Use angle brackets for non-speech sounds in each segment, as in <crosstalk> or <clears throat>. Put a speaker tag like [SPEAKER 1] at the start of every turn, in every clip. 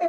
[SPEAKER 1] Hey,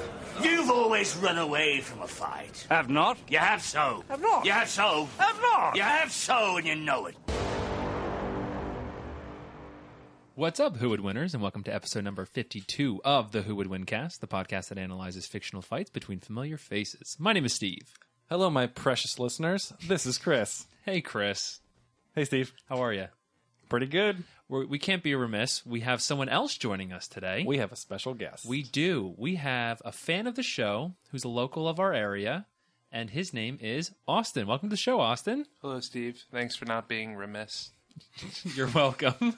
[SPEAKER 2] You've always run away from a fight.
[SPEAKER 3] Have not?
[SPEAKER 2] You have so.
[SPEAKER 3] Have not.
[SPEAKER 2] You have so.
[SPEAKER 3] Have not.
[SPEAKER 2] You have so, and you know it.
[SPEAKER 4] What's up, Who Would Winners, and welcome to episode number 52 of the Who Would Win cast, the podcast that analyzes fictional fights between familiar faces. My name is Steve.
[SPEAKER 5] Hello, my precious listeners. This is Chris.
[SPEAKER 4] Hey, Chris.
[SPEAKER 5] Hey, Steve.
[SPEAKER 4] How are you?
[SPEAKER 5] Pretty good.
[SPEAKER 4] We're, we can't be remiss. We have someone else joining us today.
[SPEAKER 5] We have a special guest.
[SPEAKER 4] We do. We have a fan of the show who's a local of our area, and his name is Austin. Welcome to the show, Austin.
[SPEAKER 6] Hello, Steve. Thanks for not being remiss.
[SPEAKER 4] You're welcome.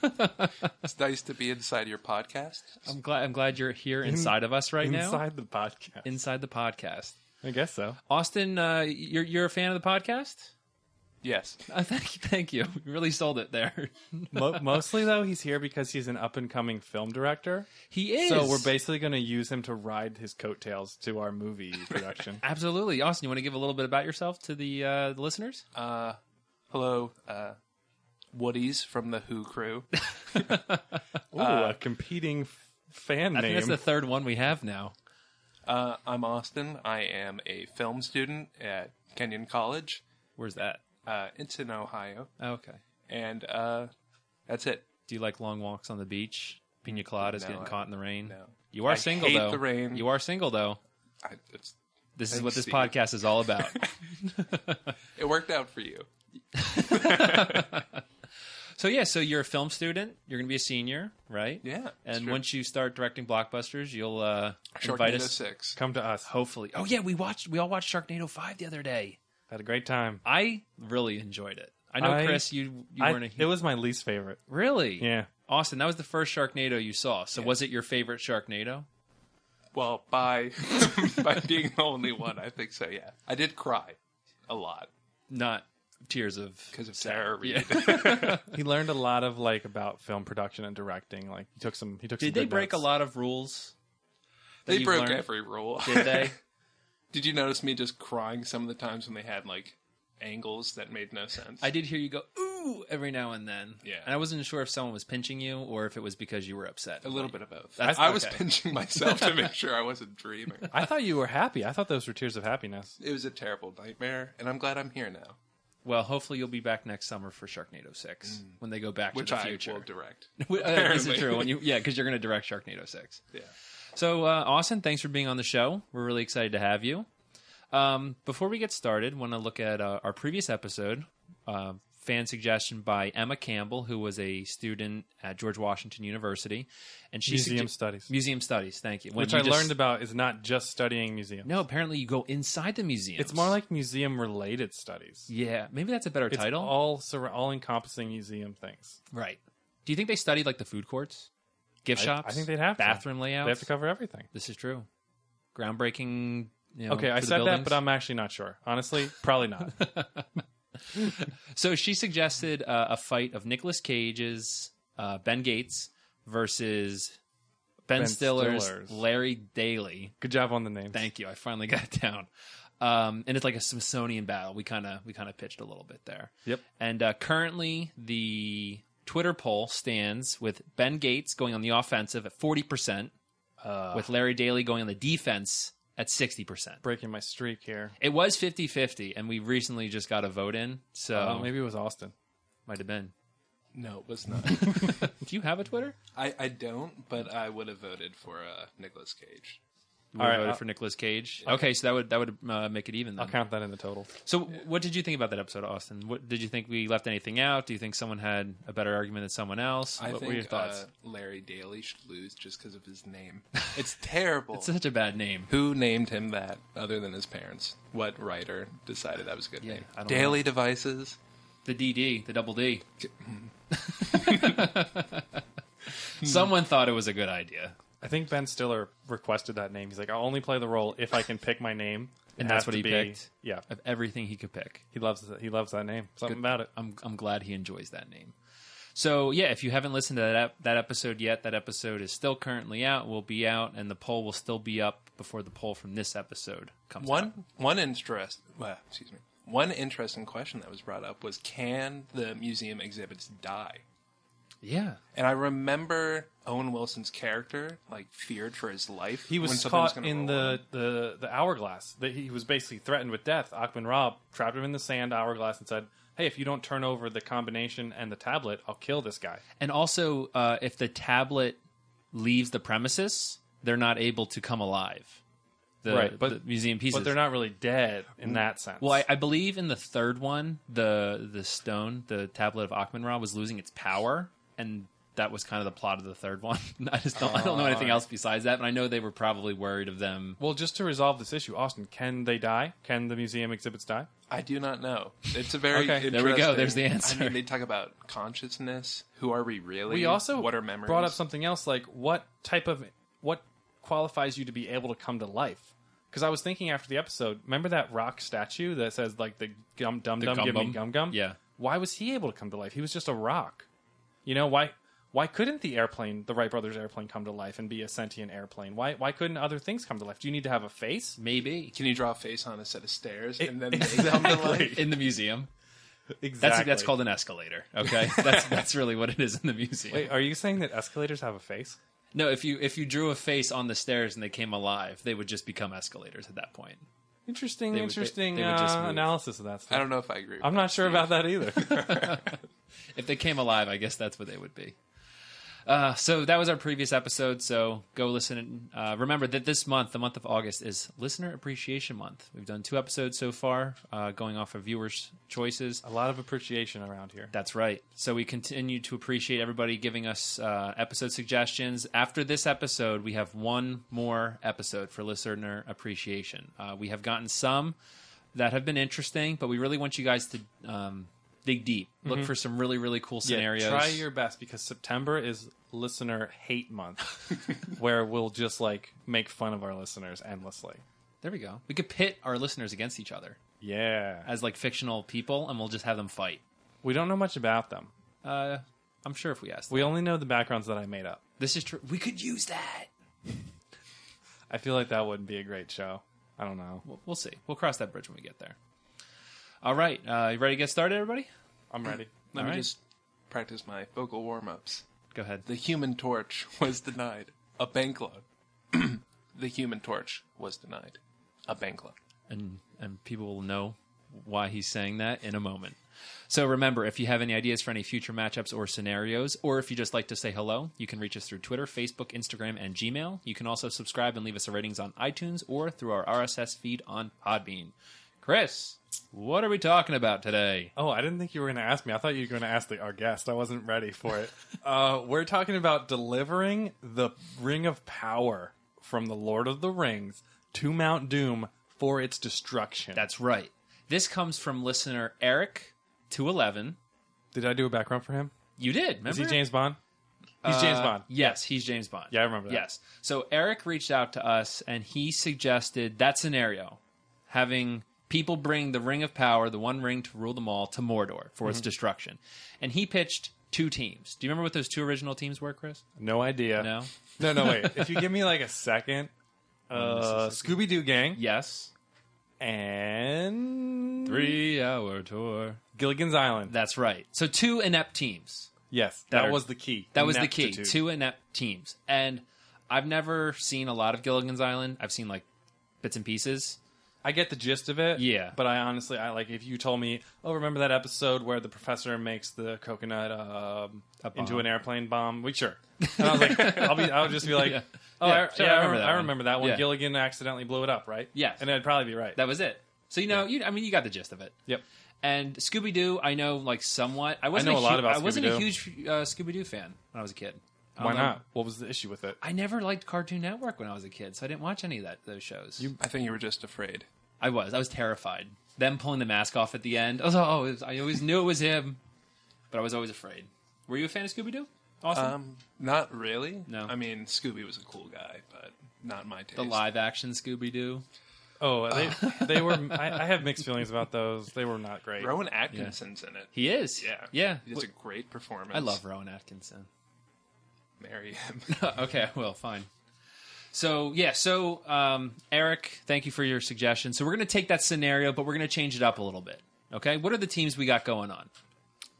[SPEAKER 6] It's nice to be inside your podcast.
[SPEAKER 4] <laughs> I'm glad. I'm glad you're here inside of us right now.
[SPEAKER 5] inside the podcast.
[SPEAKER 4] Inside the podcast.
[SPEAKER 5] I guess
[SPEAKER 4] <laughs>
[SPEAKER 5] so.
[SPEAKER 4] Austin, uh, you're you're a fan of the podcast.
[SPEAKER 6] Yes.
[SPEAKER 4] Uh, thank you, thank you. <laughs> You really sold it there.
[SPEAKER 5] Mo- mostly though, he's here because he's an up and coming film director.
[SPEAKER 4] <laughs> He is.
[SPEAKER 5] So we're basically going to use him to ride his coattails to
[SPEAKER 4] <laughs>
[SPEAKER 5] our movie production.
[SPEAKER 4] absolutely Austin. You want to give a little bit about yourself to the, uh, the listeners?
[SPEAKER 6] Uh, hello, uh, Woodies from the Who crew.
[SPEAKER 5] Ooh, a Uh, competing f- fan
[SPEAKER 4] I think
[SPEAKER 5] name.
[SPEAKER 4] that's the third one we have now.
[SPEAKER 6] Uh, I'm Austin. I am a film student at Kenyon College.
[SPEAKER 4] Where's that?
[SPEAKER 6] Uh, it's in Ohio,
[SPEAKER 4] Oh, Okay.
[SPEAKER 6] and uh, that's it.
[SPEAKER 4] Do you like long walks on the beach? Pina coladas,
[SPEAKER 6] Mm, No,
[SPEAKER 4] getting
[SPEAKER 6] I-
[SPEAKER 4] caught in the rain.
[SPEAKER 6] no.
[SPEAKER 4] You are
[SPEAKER 6] I
[SPEAKER 4] single
[SPEAKER 6] hate
[SPEAKER 4] though.
[SPEAKER 6] the rain.
[SPEAKER 4] You are single though.
[SPEAKER 6] I, it's,
[SPEAKER 4] This is
[SPEAKER 6] Thanks,
[SPEAKER 4] what this
[SPEAKER 6] Steve.
[SPEAKER 4] podcast is all
[SPEAKER 6] <laughs>
[SPEAKER 4] about.
[SPEAKER 6] it worked out for you.
[SPEAKER 4] so yeah, so you're a film student. You're going to be a senior, right?
[SPEAKER 6] Yeah, that's
[SPEAKER 4] And
[SPEAKER 6] true.
[SPEAKER 4] once you start directing blockbusters, you'll uh, invite
[SPEAKER 6] Sharknado
[SPEAKER 4] us.
[SPEAKER 6] six.
[SPEAKER 5] Come to us.
[SPEAKER 4] Hopefully. Oh yeah, we watched. We all watched Sharknado Five the other day.
[SPEAKER 5] Had a great time.
[SPEAKER 4] I really enjoyed it. I know,
[SPEAKER 5] I-
[SPEAKER 4] Chris, you you
[SPEAKER 5] I-
[SPEAKER 4] weren't a
[SPEAKER 5] it was my least favorite.
[SPEAKER 4] really <laughs>
[SPEAKER 5] Yeah.
[SPEAKER 4] Austin. That was the first Sharknado you saw. So was it your favorite Sharknado?
[SPEAKER 6] Well, by <laughs> by being the only one, I think so. Yeah, I did cry a lot
[SPEAKER 4] Not tears of
[SPEAKER 6] because of Sarah Reed.
[SPEAKER 4] yeah.
[SPEAKER 5] He learned a lot of like about film production and directing. Like he took some. He took. some
[SPEAKER 4] Did they
[SPEAKER 5] good
[SPEAKER 4] break
[SPEAKER 5] notes.
[SPEAKER 4] a lot of rules? that
[SPEAKER 6] They
[SPEAKER 4] you've
[SPEAKER 6] broke
[SPEAKER 4] learned?
[SPEAKER 6] every rule.
[SPEAKER 4] Did
[SPEAKER 6] <laughs>
[SPEAKER 4] they?
[SPEAKER 6] Did you notice me just crying some of the times when they had like angles that made no sense?
[SPEAKER 4] I did hear you go ooh every now and then.
[SPEAKER 6] Yeah.
[SPEAKER 4] and I wasn't sure if someone was pinching you or if it was because you were upset.
[SPEAKER 6] A little bit of both.
[SPEAKER 4] That's-
[SPEAKER 6] I was
[SPEAKER 4] okay.
[SPEAKER 6] pinching myself to <laughs> make sure I wasn't dreaming.
[SPEAKER 5] I thought you were happy. I thought those were tears of happiness.
[SPEAKER 6] It was a terrible nightmare, and I'm glad I'm here now,
[SPEAKER 4] Well, hopefully you'll be back next summer for Sharknado Six when they go back
[SPEAKER 6] which
[SPEAKER 4] to the
[SPEAKER 6] I
[SPEAKER 4] future. <laughs>
[SPEAKER 6] will direct.
[SPEAKER 4] Uh, this
[SPEAKER 6] apparently.
[SPEAKER 4] is true. When you, yeah, because you're going to direct Sharknado Six.
[SPEAKER 6] Yeah.
[SPEAKER 4] So, uh, Austin, thanks for being on the show. We're really excited to have you. Um, before we get started, want to look at uh, our previous episode, uh, fan suggestion by Emma Campbell, who was a student at George Washington University, and she
[SPEAKER 5] Museum
[SPEAKER 4] sugge-
[SPEAKER 5] studies.
[SPEAKER 4] Museum studies. Thank you. When
[SPEAKER 5] Which
[SPEAKER 4] you
[SPEAKER 5] I
[SPEAKER 4] just-
[SPEAKER 5] learned about is not just studying museums.
[SPEAKER 4] No, apparently you go inside the museum.
[SPEAKER 5] It's more like museum related studies.
[SPEAKER 4] yeah, maybe that's a better
[SPEAKER 5] It's
[SPEAKER 4] title.
[SPEAKER 5] all sur- all encompassing museum things.
[SPEAKER 4] right. Do you think they studied like the food courts, gift
[SPEAKER 5] I-
[SPEAKER 4] shops?
[SPEAKER 5] I think they'd have to.
[SPEAKER 4] bathroom layouts.
[SPEAKER 5] They have to cover everything.
[SPEAKER 4] This is true. Groundbreaking. You know,
[SPEAKER 5] okay, I
[SPEAKER 4] for the
[SPEAKER 5] said that,
[SPEAKER 4] buildings.
[SPEAKER 5] but I'm actually not sure. Honestly,
[SPEAKER 4] <laughs>
[SPEAKER 5] probably not.
[SPEAKER 4] So she suggested uh, a fight of Nicolas Cage's uh, Ben Gates versus Ben,
[SPEAKER 5] Ben
[SPEAKER 4] Stiller's,
[SPEAKER 5] Stiller's.
[SPEAKER 4] Larry Daly.
[SPEAKER 5] Good job on the names.
[SPEAKER 4] Thank you. I finally <laughs> got it down. Um, and it's like a Smithsonian battle. We kind of we kind of pitched a little bit there.
[SPEAKER 5] Yep.
[SPEAKER 4] And uh, currently the Twitter poll stands with Ben Gates going on the offensive at forty percent, with Larry Daly going on the defense at sixty percent.
[SPEAKER 5] Breaking my streak here.
[SPEAKER 4] It was 50-50, and we recently just got a vote in, so
[SPEAKER 5] Oh, maybe it was Austin.
[SPEAKER 4] might have been.
[SPEAKER 6] No, it was not.
[SPEAKER 4] Do you have a Twitter?
[SPEAKER 6] <laughs> I, I don't, but I would have voted for uh, Nicolas Cage.
[SPEAKER 4] You
[SPEAKER 5] All
[SPEAKER 4] would've
[SPEAKER 5] right, uh,
[SPEAKER 4] voted
[SPEAKER 5] I'll-
[SPEAKER 4] for Nicolas Cage. Okay, so that would that would uh, make it even. Then.
[SPEAKER 5] I'll count that in the total.
[SPEAKER 4] So, what did you think about that episode, Austin? What did you think we left anything out? Do you think someone had a better argument than someone else?
[SPEAKER 6] I
[SPEAKER 4] what
[SPEAKER 6] think
[SPEAKER 4] were your thoughts?
[SPEAKER 6] Uh, Larry Daly should lose just because of his name. It's terrible.
[SPEAKER 4] it's such a bad name.
[SPEAKER 6] Who named him that other than his parents? What writer decided that was a good
[SPEAKER 4] Yeah,
[SPEAKER 6] name?
[SPEAKER 4] I don't
[SPEAKER 6] Daily devices.
[SPEAKER 4] The DD, the double
[SPEAKER 6] <laughs>
[SPEAKER 4] D. someone thought it was a good idea.
[SPEAKER 5] I think Ben Stiller requested that name. He's like, I'll only play the role if I can pick my name, It
[SPEAKER 4] And that's
[SPEAKER 5] has
[SPEAKER 4] what
[SPEAKER 5] to
[SPEAKER 4] he
[SPEAKER 5] be-
[SPEAKER 4] picked.
[SPEAKER 5] Yeah,
[SPEAKER 4] of everything he could pick.
[SPEAKER 5] he loves he loves that name. Something
[SPEAKER 4] Good.
[SPEAKER 5] about it.
[SPEAKER 4] I'm I'm glad he enjoys that name. So yeah, if you haven't listened to that ep- that episode yet, that episode is still currently out. Will be out, and the poll will still be up before the poll from this episode comes. out.
[SPEAKER 6] One one interest, well, excuse me. One interesting question that was brought up was can the museum exhibits die?
[SPEAKER 4] yeah,
[SPEAKER 6] And I remember Owen Wilson's character like feared for his life.
[SPEAKER 5] He
[SPEAKER 6] when
[SPEAKER 5] was
[SPEAKER 6] something
[SPEAKER 5] caught
[SPEAKER 6] gonna
[SPEAKER 5] in
[SPEAKER 6] roll
[SPEAKER 5] the, the, the hourglass. That he was basically threatened with death. Akhman Rob trapped him in the sand hourglass and said, "Hey, if you don't turn over the combination and the tablet, I'll kill this guy."
[SPEAKER 4] and also uh, if the tablet leaves the premises, they're not able to come alive. The,
[SPEAKER 5] Right, but-
[SPEAKER 4] the museum pieces,
[SPEAKER 5] But they're not really dead in that sense.
[SPEAKER 4] Well, I, I believe in the third one, the the stone, the tablet of Akhmenra was losing its power, and that was kind of the plot of the third one. <laughs> I just don't, I don't know anything else besides that, and I know they were probably worried of them.
[SPEAKER 5] well, just to resolve this issue, Austin, can they die? Can the museum exhibits die?
[SPEAKER 6] I do not know. It's a very
[SPEAKER 5] Okay,
[SPEAKER 4] there we go.
[SPEAKER 6] interesting-
[SPEAKER 4] There's the answer.
[SPEAKER 6] I mean, they talk about consciousness. Who are we really?
[SPEAKER 5] We also
[SPEAKER 6] what are memories?
[SPEAKER 5] brought up something else like what type of what qualifies you to be able to come to life. Because I was thinking after the episode, remember that rock statue that says like the gum dum
[SPEAKER 4] The
[SPEAKER 5] dum give me
[SPEAKER 4] gum-bum?
[SPEAKER 5] gum gum?
[SPEAKER 4] Yeah.
[SPEAKER 5] Why was he able to come to life? He was just a rock. You know why? Why couldn't the airplane, the Wright brothers' airplane, come to life and be a sentient airplane? Why? Why couldn't other things come to life? Do you need to have a face?
[SPEAKER 4] Maybe
[SPEAKER 6] Can you draw a face on a set of stairs and
[SPEAKER 5] <laughs>
[SPEAKER 6] then they come to life?
[SPEAKER 5] E- Exactly.
[SPEAKER 4] in the museum. That's
[SPEAKER 5] exactly.
[SPEAKER 4] that's called an escalator. Okay, <laughs> that's that's really what it is in the museum.
[SPEAKER 5] Wait, are you saying that escalators have a face?
[SPEAKER 4] No, if you if you drew a face on the stairs and they came alive, they would just become escalators at that point.
[SPEAKER 5] Interesting,
[SPEAKER 4] They would- they-
[SPEAKER 5] interesting
[SPEAKER 4] they would just
[SPEAKER 5] uh,
[SPEAKER 4] move.
[SPEAKER 5] analysis of that stuff.
[SPEAKER 6] I don't know if I agree. With
[SPEAKER 5] I'm not sure about
[SPEAKER 4] <laughs>
[SPEAKER 5] that either.
[SPEAKER 4] if they came alive, I guess that's what they would be. Uh, so that was our previous episode. So go listen. And, uh, remember that this month, the month of August, is Listener Appreciation Month. We've done two episodes so far, uh, going off of viewers' choices.
[SPEAKER 5] a lot of appreciation around here.
[SPEAKER 4] That's right. So we continue to appreciate everybody giving us uh, episode suggestions. After this episode, we have one more episode for listener appreciation. Uh, we have gotten some that have been interesting, but we really want you guys to um, dig deep, look for some really really cool scenarios.
[SPEAKER 5] Mm-hmm. Try your best because September is listener
[SPEAKER 4] <laughs>
[SPEAKER 5] hate month, where we'll just like make fun of our listeners endlessly.
[SPEAKER 4] There we go. We could pit our listeners against each other
[SPEAKER 5] Yeah,
[SPEAKER 4] as like fictional people, and we'll just have them fight.
[SPEAKER 5] we don't know much about them.
[SPEAKER 4] Uh, I'm sure if we ask,
[SPEAKER 5] We only know the backgrounds that I made up.
[SPEAKER 4] this is true. We could use that.
[SPEAKER 5] I feel like that wouldn't be a great show. I don't know.
[SPEAKER 4] We'll, we'll see. We'll cross that bridge when we get there. All right, uh, you ready to get started, everybody?
[SPEAKER 5] I'm ready.
[SPEAKER 6] Let
[SPEAKER 4] All
[SPEAKER 6] me
[SPEAKER 4] right.
[SPEAKER 6] just practice my vocal warm ups.
[SPEAKER 4] Go ahead.
[SPEAKER 6] The human torch was denied. A bank loan. <clears throat> the human torch was denied. A bank loan.
[SPEAKER 4] and and people will know why he's saying that in a moment. So remember, if you have any ideas for any future matchups or scenarios, or if you just like to say hello, you can reach us through Twitter, Facebook, Instagram, and Gmail. You can also subscribe and leave us a ratings on iTunes or through our RSS feed on Podbean. Chris, what are we talking about today?
[SPEAKER 5] Oh, I didn't think you were going to ask me. I thought you were going to ask the, our guest. I wasn't ready for
[SPEAKER 4] <laughs>
[SPEAKER 5] it. uh, we're talking about delivering the Ring of Power from the Lord of the Rings to Mount Doom for its destruction.
[SPEAKER 4] That's right. This comes from listener Eric to eleven.
[SPEAKER 5] Did I do a background for him?
[SPEAKER 4] You did. Remember?
[SPEAKER 5] Is he James Bond? He's James
[SPEAKER 4] Uh,
[SPEAKER 5] Bond.
[SPEAKER 4] Yes, he's James Bond.
[SPEAKER 5] Yeah, I remember that.
[SPEAKER 4] Yes. So Eric reached out to us and he suggested that scenario having people bring the ring of power, the one ring to rule them all, to Mordor for
[SPEAKER 5] Mm-hmm.
[SPEAKER 4] its destruction. And he pitched two teams. Do you remember what those two original teams were, Chris?
[SPEAKER 5] No idea.
[SPEAKER 4] No?
[SPEAKER 5] No, no,
[SPEAKER 4] <laughs>
[SPEAKER 5] wait. if you give me like a second, uh, Scooby Doo Gang
[SPEAKER 4] Yes.
[SPEAKER 5] and
[SPEAKER 4] Three hour tour.
[SPEAKER 5] Gilligan's Island.
[SPEAKER 4] That's right. So two inept teams.
[SPEAKER 5] yes,
[SPEAKER 4] that
[SPEAKER 5] that,
[SPEAKER 4] are-
[SPEAKER 5] was the key.
[SPEAKER 4] That was the key.
[SPEAKER 5] Ineptitude.
[SPEAKER 4] Two inept teams. And I've never seen a lot of Gilligan's Island. I've seen like bits and pieces.
[SPEAKER 5] I get the gist of it.
[SPEAKER 4] Yeah.
[SPEAKER 5] But I honestly, I like if you told me, oh, remember that episode where the professor makes the coconut um, into
[SPEAKER 4] bomb.
[SPEAKER 5] an airplane bomb? We sure. And I
[SPEAKER 4] <laughs>
[SPEAKER 5] was like, I'll be, I'll just be like, oh,
[SPEAKER 4] Yeah,
[SPEAKER 5] I,
[SPEAKER 4] sure,
[SPEAKER 5] yeah,
[SPEAKER 4] I
[SPEAKER 5] I,
[SPEAKER 4] remember
[SPEAKER 5] remember
[SPEAKER 4] that
[SPEAKER 5] I
[SPEAKER 4] one.
[SPEAKER 5] remember that one.
[SPEAKER 4] Yeah.
[SPEAKER 5] Gilligan accidentally blew it up, right?
[SPEAKER 4] Yes.
[SPEAKER 5] And I'd probably be right.
[SPEAKER 4] That was it. So you know, you I mean, you got the gist of it.
[SPEAKER 5] yep.
[SPEAKER 4] And Scooby Doo, I know like somewhat. I wasn't
[SPEAKER 5] know a lot
[SPEAKER 4] hu-
[SPEAKER 5] about
[SPEAKER 4] I wasn't a
[SPEAKER 5] Scooby-Doo.
[SPEAKER 4] huge uh, Scooby Doo fan when I was a kid. I
[SPEAKER 5] Why
[SPEAKER 4] don't know.
[SPEAKER 5] not? What was the issue with it?
[SPEAKER 4] I never liked Cartoon Network when I was a kid, so I didn't watch any of that those shows.
[SPEAKER 6] I think you were just afraid.
[SPEAKER 4] I was. I was terrified. Them pulling the mask off at the end. I was, oh, it was- I always knew it was him, but I was always afraid. Were you a fan of Scooby Doo? Awesome.
[SPEAKER 6] Um, not really. No. I mean, Scooby was a cool guy, but not my taste.
[SPEAKER 4] the live action Scooby Doo.
[SPEAKER 5] Oh, they,
[SPEAKER 4] <laughs>
[SPEAKER 5] they were. I, I have mixed feelings about those. They were not great.
[SPEAKER 6] Rowan Atkinson's in it.
[SPEAKER 4] He is.
[SPEAKER 6] Yeah.
[SPEAKER 4] Yeah.
[SPEAKER 6] It's a great performance.
[SPEAKER 4] I love Rowan Atkinson.
[SPEAKER 6] Marry him.
[SPEAKER 4] okay, <laughs> well, fine. So yeah, so um, Eric, thank you for your suggestion. So we're going to take that scenario, but we're going to change it up a little bit. Okay, what are the teams we got going on?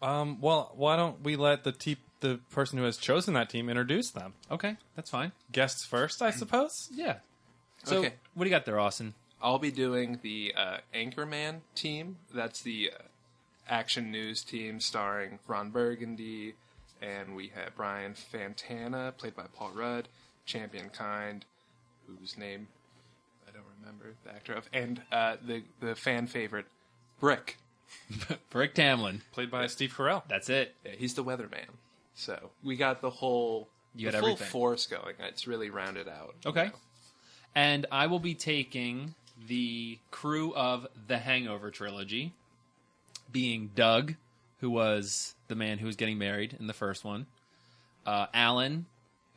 [SPEAKER 5] Um, well, why don't we let the te- the person who has chosen that team introduce them?
[SPEAKER 4] Okay, that's fine.
[SPEAKER 5] Guests first, I suppose.
[SPEAKER 4] Yeah. So
[SPEAKER 6] Okay.
[SPEAKER 4] what do you got there, Austin?
[SPEAKER 6] I'll be doing the uh, Anchorman team. That's the uh, action news team starring Ron Burgundy, and we have Brian Fantana, played by Paul Rudd, Champion Kind, whose name I don't remember the actor of, and uh, the the fan favorite Brick.
[SPEAKER 4] Brick Tamlin.
[SPEAKER 5] Played by Steve Carell.
[SPEAKER 4] That's it.
[SPEAKER 6] Yeah, he's the weatherman. So we got the whole
[SPEAKER 4] You
[SPEAKER 6] the
[SPEAKER 4] got
[SPEAKER 6] full
[SPEAKER 4] everything.
[SPEAKER 6] force going. It's really rounded out. you
[SPEAKER 4] Okay.
[SPEAKER 6] know.
[SPEAKER 4] And I will be taking the crew of the Hangover trilogy, being Doug, who was the man who was getting married in the first one, uh, Alan,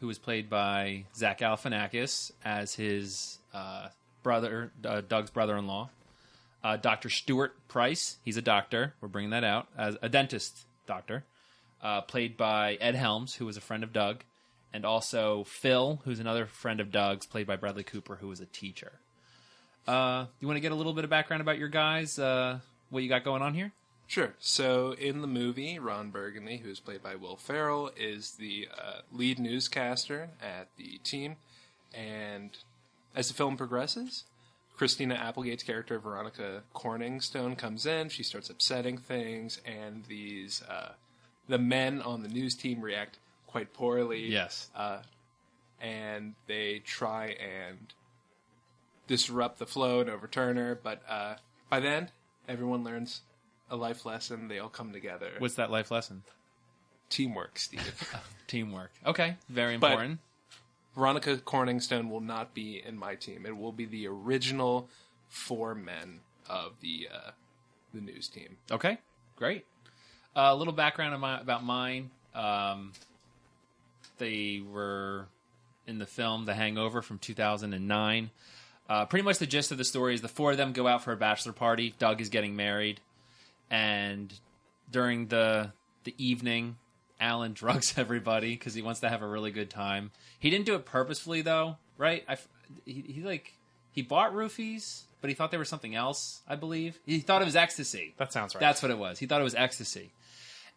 [SPEAKER 4] who was played by Zach Galifianakis as his uh, brother, uh, Doug's brother-in-law, uh, Doctor Stuart Price. He's a doctor. We're bringing that out as a dentist doctor, uh, played by Ed Helms, who was a friend of Doug, and also Phil, who's another friend of Doug's, played by Bradley Cooper, who was a teacher. Uh, you want to get a little bit of background about your guys? Uh, what you got going on here?
[SPEAKER 6] Sure. So in the movie, Ron Burgundy, who's played by Will Ferrell, is the uh, lead newscaster at the team. And as the film progresses, Christina Applegate's character Veronica Corningstone comes in. She starts upsetting things, and these uh, the men on the news team react quite poorly.
[SPEAKER 4] Yes.
[SPEAKER 6] and they try and disrupt the flow and overturn her. But uh, by then, everyone learns a life lesson. They all come together.
[SPEAKER 4] What's that life lesson?
[SPEAKER 6] teamwork, Steve.
[SPEAKER 4] Teamwork. Okay, very
[SPEAKER 6] But-
[SPEAKER 4] important.
[SPEAKER 6] <laughs> Veronica Corningstone will not be in my team. It will be the original four men of the uh, the news team.
[SPEAKER 4] Okay, great. Uh, A little background on my, about mine. Um, they were in the film The Hangover from 2009. Uh, pretty much the gist of the story is the four of them go out for a bachelor party. Doug is getting married, and during the the evening, Alan <laughs> drugs everybody because he wants to have a really good time. He didn't do it purposefully though, right? I f he, he like he bought roofies, but he thought they were something else. I believe he thought it was ecstasy.
[SPEAKER 5] That sounds right.
[SPEAKER 4] That's what it was. He thought it was ecstasy.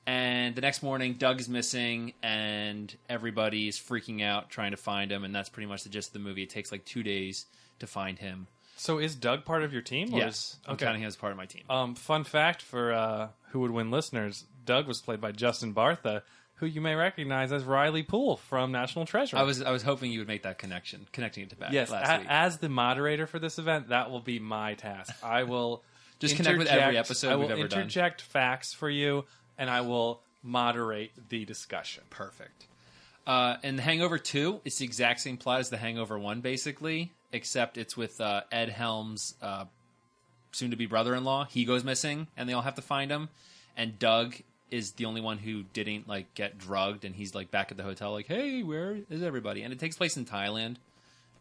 [SPEAKER 4] And the next morning, Doug's missing, and everybody's freaking out trying to find him. And that's pretty much the gist of the movie. It takes like two days to find him.
[SPEAKER 5] so. Is Doug part of your team? Or
[SPEAKER 4] Yes,
[SPEAKER 5] is-
[SPEAKER 4] I'm counting him as part of my team.
[SPEAKER 5] Um, fun fact for uh, who would win listeners: Doug was played by Justin Bartha, who you may recognize as Riley Poole from National Treasure.
[SPEAKER 4] I was I was hoping you would make that connection, connecting it to back
[SPEAKER 5] yes.
[SPEAKER 4] last
[SPEAKER 5] a-
[SPEAKER 4] week.
[SPEAKER 5] as the moderator for this event, that will be my task. I will
[SPEAKER 4] <laughs> Just connect with every
[SPEAKER 5] interject-
[SPEAKER 4] episode
[SPEAKER 5] I will
[SPEAKER 4] we've ever done.
[SPEAKER 5] interject facts for you, and I will moderate the discussion.
[SPEAKER 4] Perfect. Uh, and The Hangover 2, it's the exact same plot as The Hangover 1, basically, except it's with uh, Ed Helms' uh, soon to be brother in law. He goes missing, and they all have to find him. And Doug is the only one who didn't like get drugged, and he's like back at the hotel, like, "Hey, where is everybody?" And it takes place in Thailand,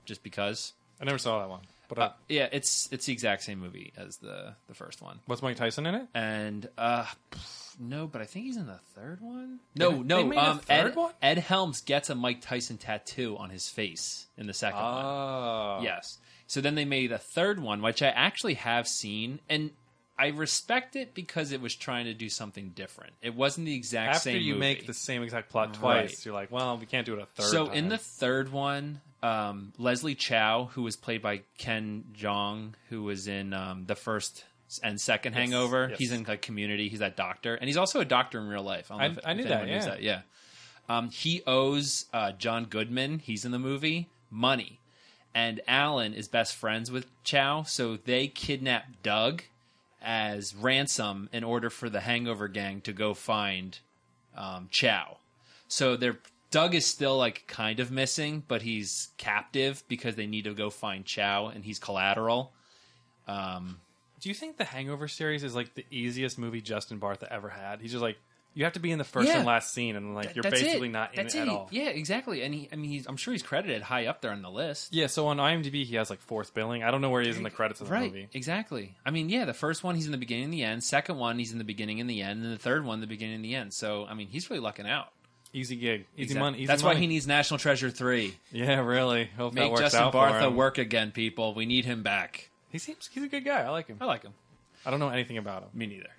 [SPEAKER 4] just because.
[SPEAKER 5] I never saw that one, but
[SPEAKER 4] Uh,
[SPEAKER 5] I,
[SPEAKER 4] yeah, it's it's the exact same movie as the the first one.
[SPEAKER 5] was Mike Tyson in it?
[SPEAKER 4] And uh pff, no, but I think he's in the third one. No, no.
[SPEAKER 5] they made a
[SPEAKER 4] um,
[SPEAKER 5] third
[SPEAKER 4] Ed,
[SPEAKER 5] one?
[SPEAKER 4] Ed Helms gets a Mike Tyson tattoo on his face in the second
[SPEAKER 5] Oh,
[SPEAKER 4] one. Yes. So then they made a third one, which I actually have seen, and I respect it because it was trying to do something different. It wasn't the exact
[SPEAKER 5] After
[SPEAKER 4] same.
[SPEAKER 5] you
[SPEAKER 4] movie.
[SPEAKER 5] make the same exact plot
[SPEAKER 4] Right.
[SPEAKER 5] twice, you're like, well, we can't do it a third.
[SPEAKER 4] So
[SPEAKER 5] time.
[SPEAKER 4] in the third one, um, Leslie Chow, who was played by Ken Jong, who was in um, the first and second Hangover,
[SPEAKER 5] yes.
[SPEAKER 4] he's in like Community. He's that doctor, and he's also a doctor in real life. don't know
[SPEAKER 5] I- I knew that,
[SPEAKER 4] anyone knows
[SPEAKER 5] yeah.
[SPEAKER 4] Yeah. Um, he owes uh, John Goodman. He's in the movie money, and Alan is best friends with Chow, so they kidnap Doug as ransom in order for the Hangover gang to go find um, Chow. So they're Doug is still like kind of missing, but he's captive because they need to go find Chow, and he's collateral. Um,
[SPEAKER 5] Do you think the Hangover series is like the easiest movie Justin Bartha ever had? He's just like, You have to be in the first
[SPEAKER 4] Yeah.
[SPEAKER 5] and last scene, and like
[SPEAKER 4] Th-
[SPEAKER 5] you're
[SPEAKER 4] that's it.
[SPEAKER 5] basically not in
[SPEAKER 4] That's
[SPEAKER 5] it at all.
[SPEAKER 4] Yeah, exactly. And he, I mean, he's, I'm sure he's credited high up there on the list.
[SPEAKER 5] Yeah, so on IMDb he has like fourth billing. I don't know where he is in the credits of the
[SPEAKER 4] right,
[SPEAKER 5] movie.
[SPEAKER 4] exactly. I mean, yeah, the first one he's in the beginning and the end. Second one he's in the beginning and the end, and the third one the beginning and the end. So I mean, he's really lucking out.
[SPEAKER 5] Easy gig, easy
[SPEAKER 4] Exact-
[SPEAKER 5] money. Easy
[SPEAKER 4] That's why
[SPEAKER 5] money.
[SPEAKER 4] he needs National Treasure three.
[SPEAKER 5] Yeah, really. Hope that
[SPEAKER 4] Make
[SPEAKER 5] works
[SPEAKER 4] Justin
[SPEAKER 5] out for
[SPEAKER 4] Bartha
[SPEAKER 5] him.
[SPEAKER 4] work again, people. We need him back.
[SPEAKER 5] He seems he's a good guy. I like him.
[SPEAKER 4] I like him.
[SPEAKER 5] I don't know anything about him.
[SPEAKER 4] Me neither.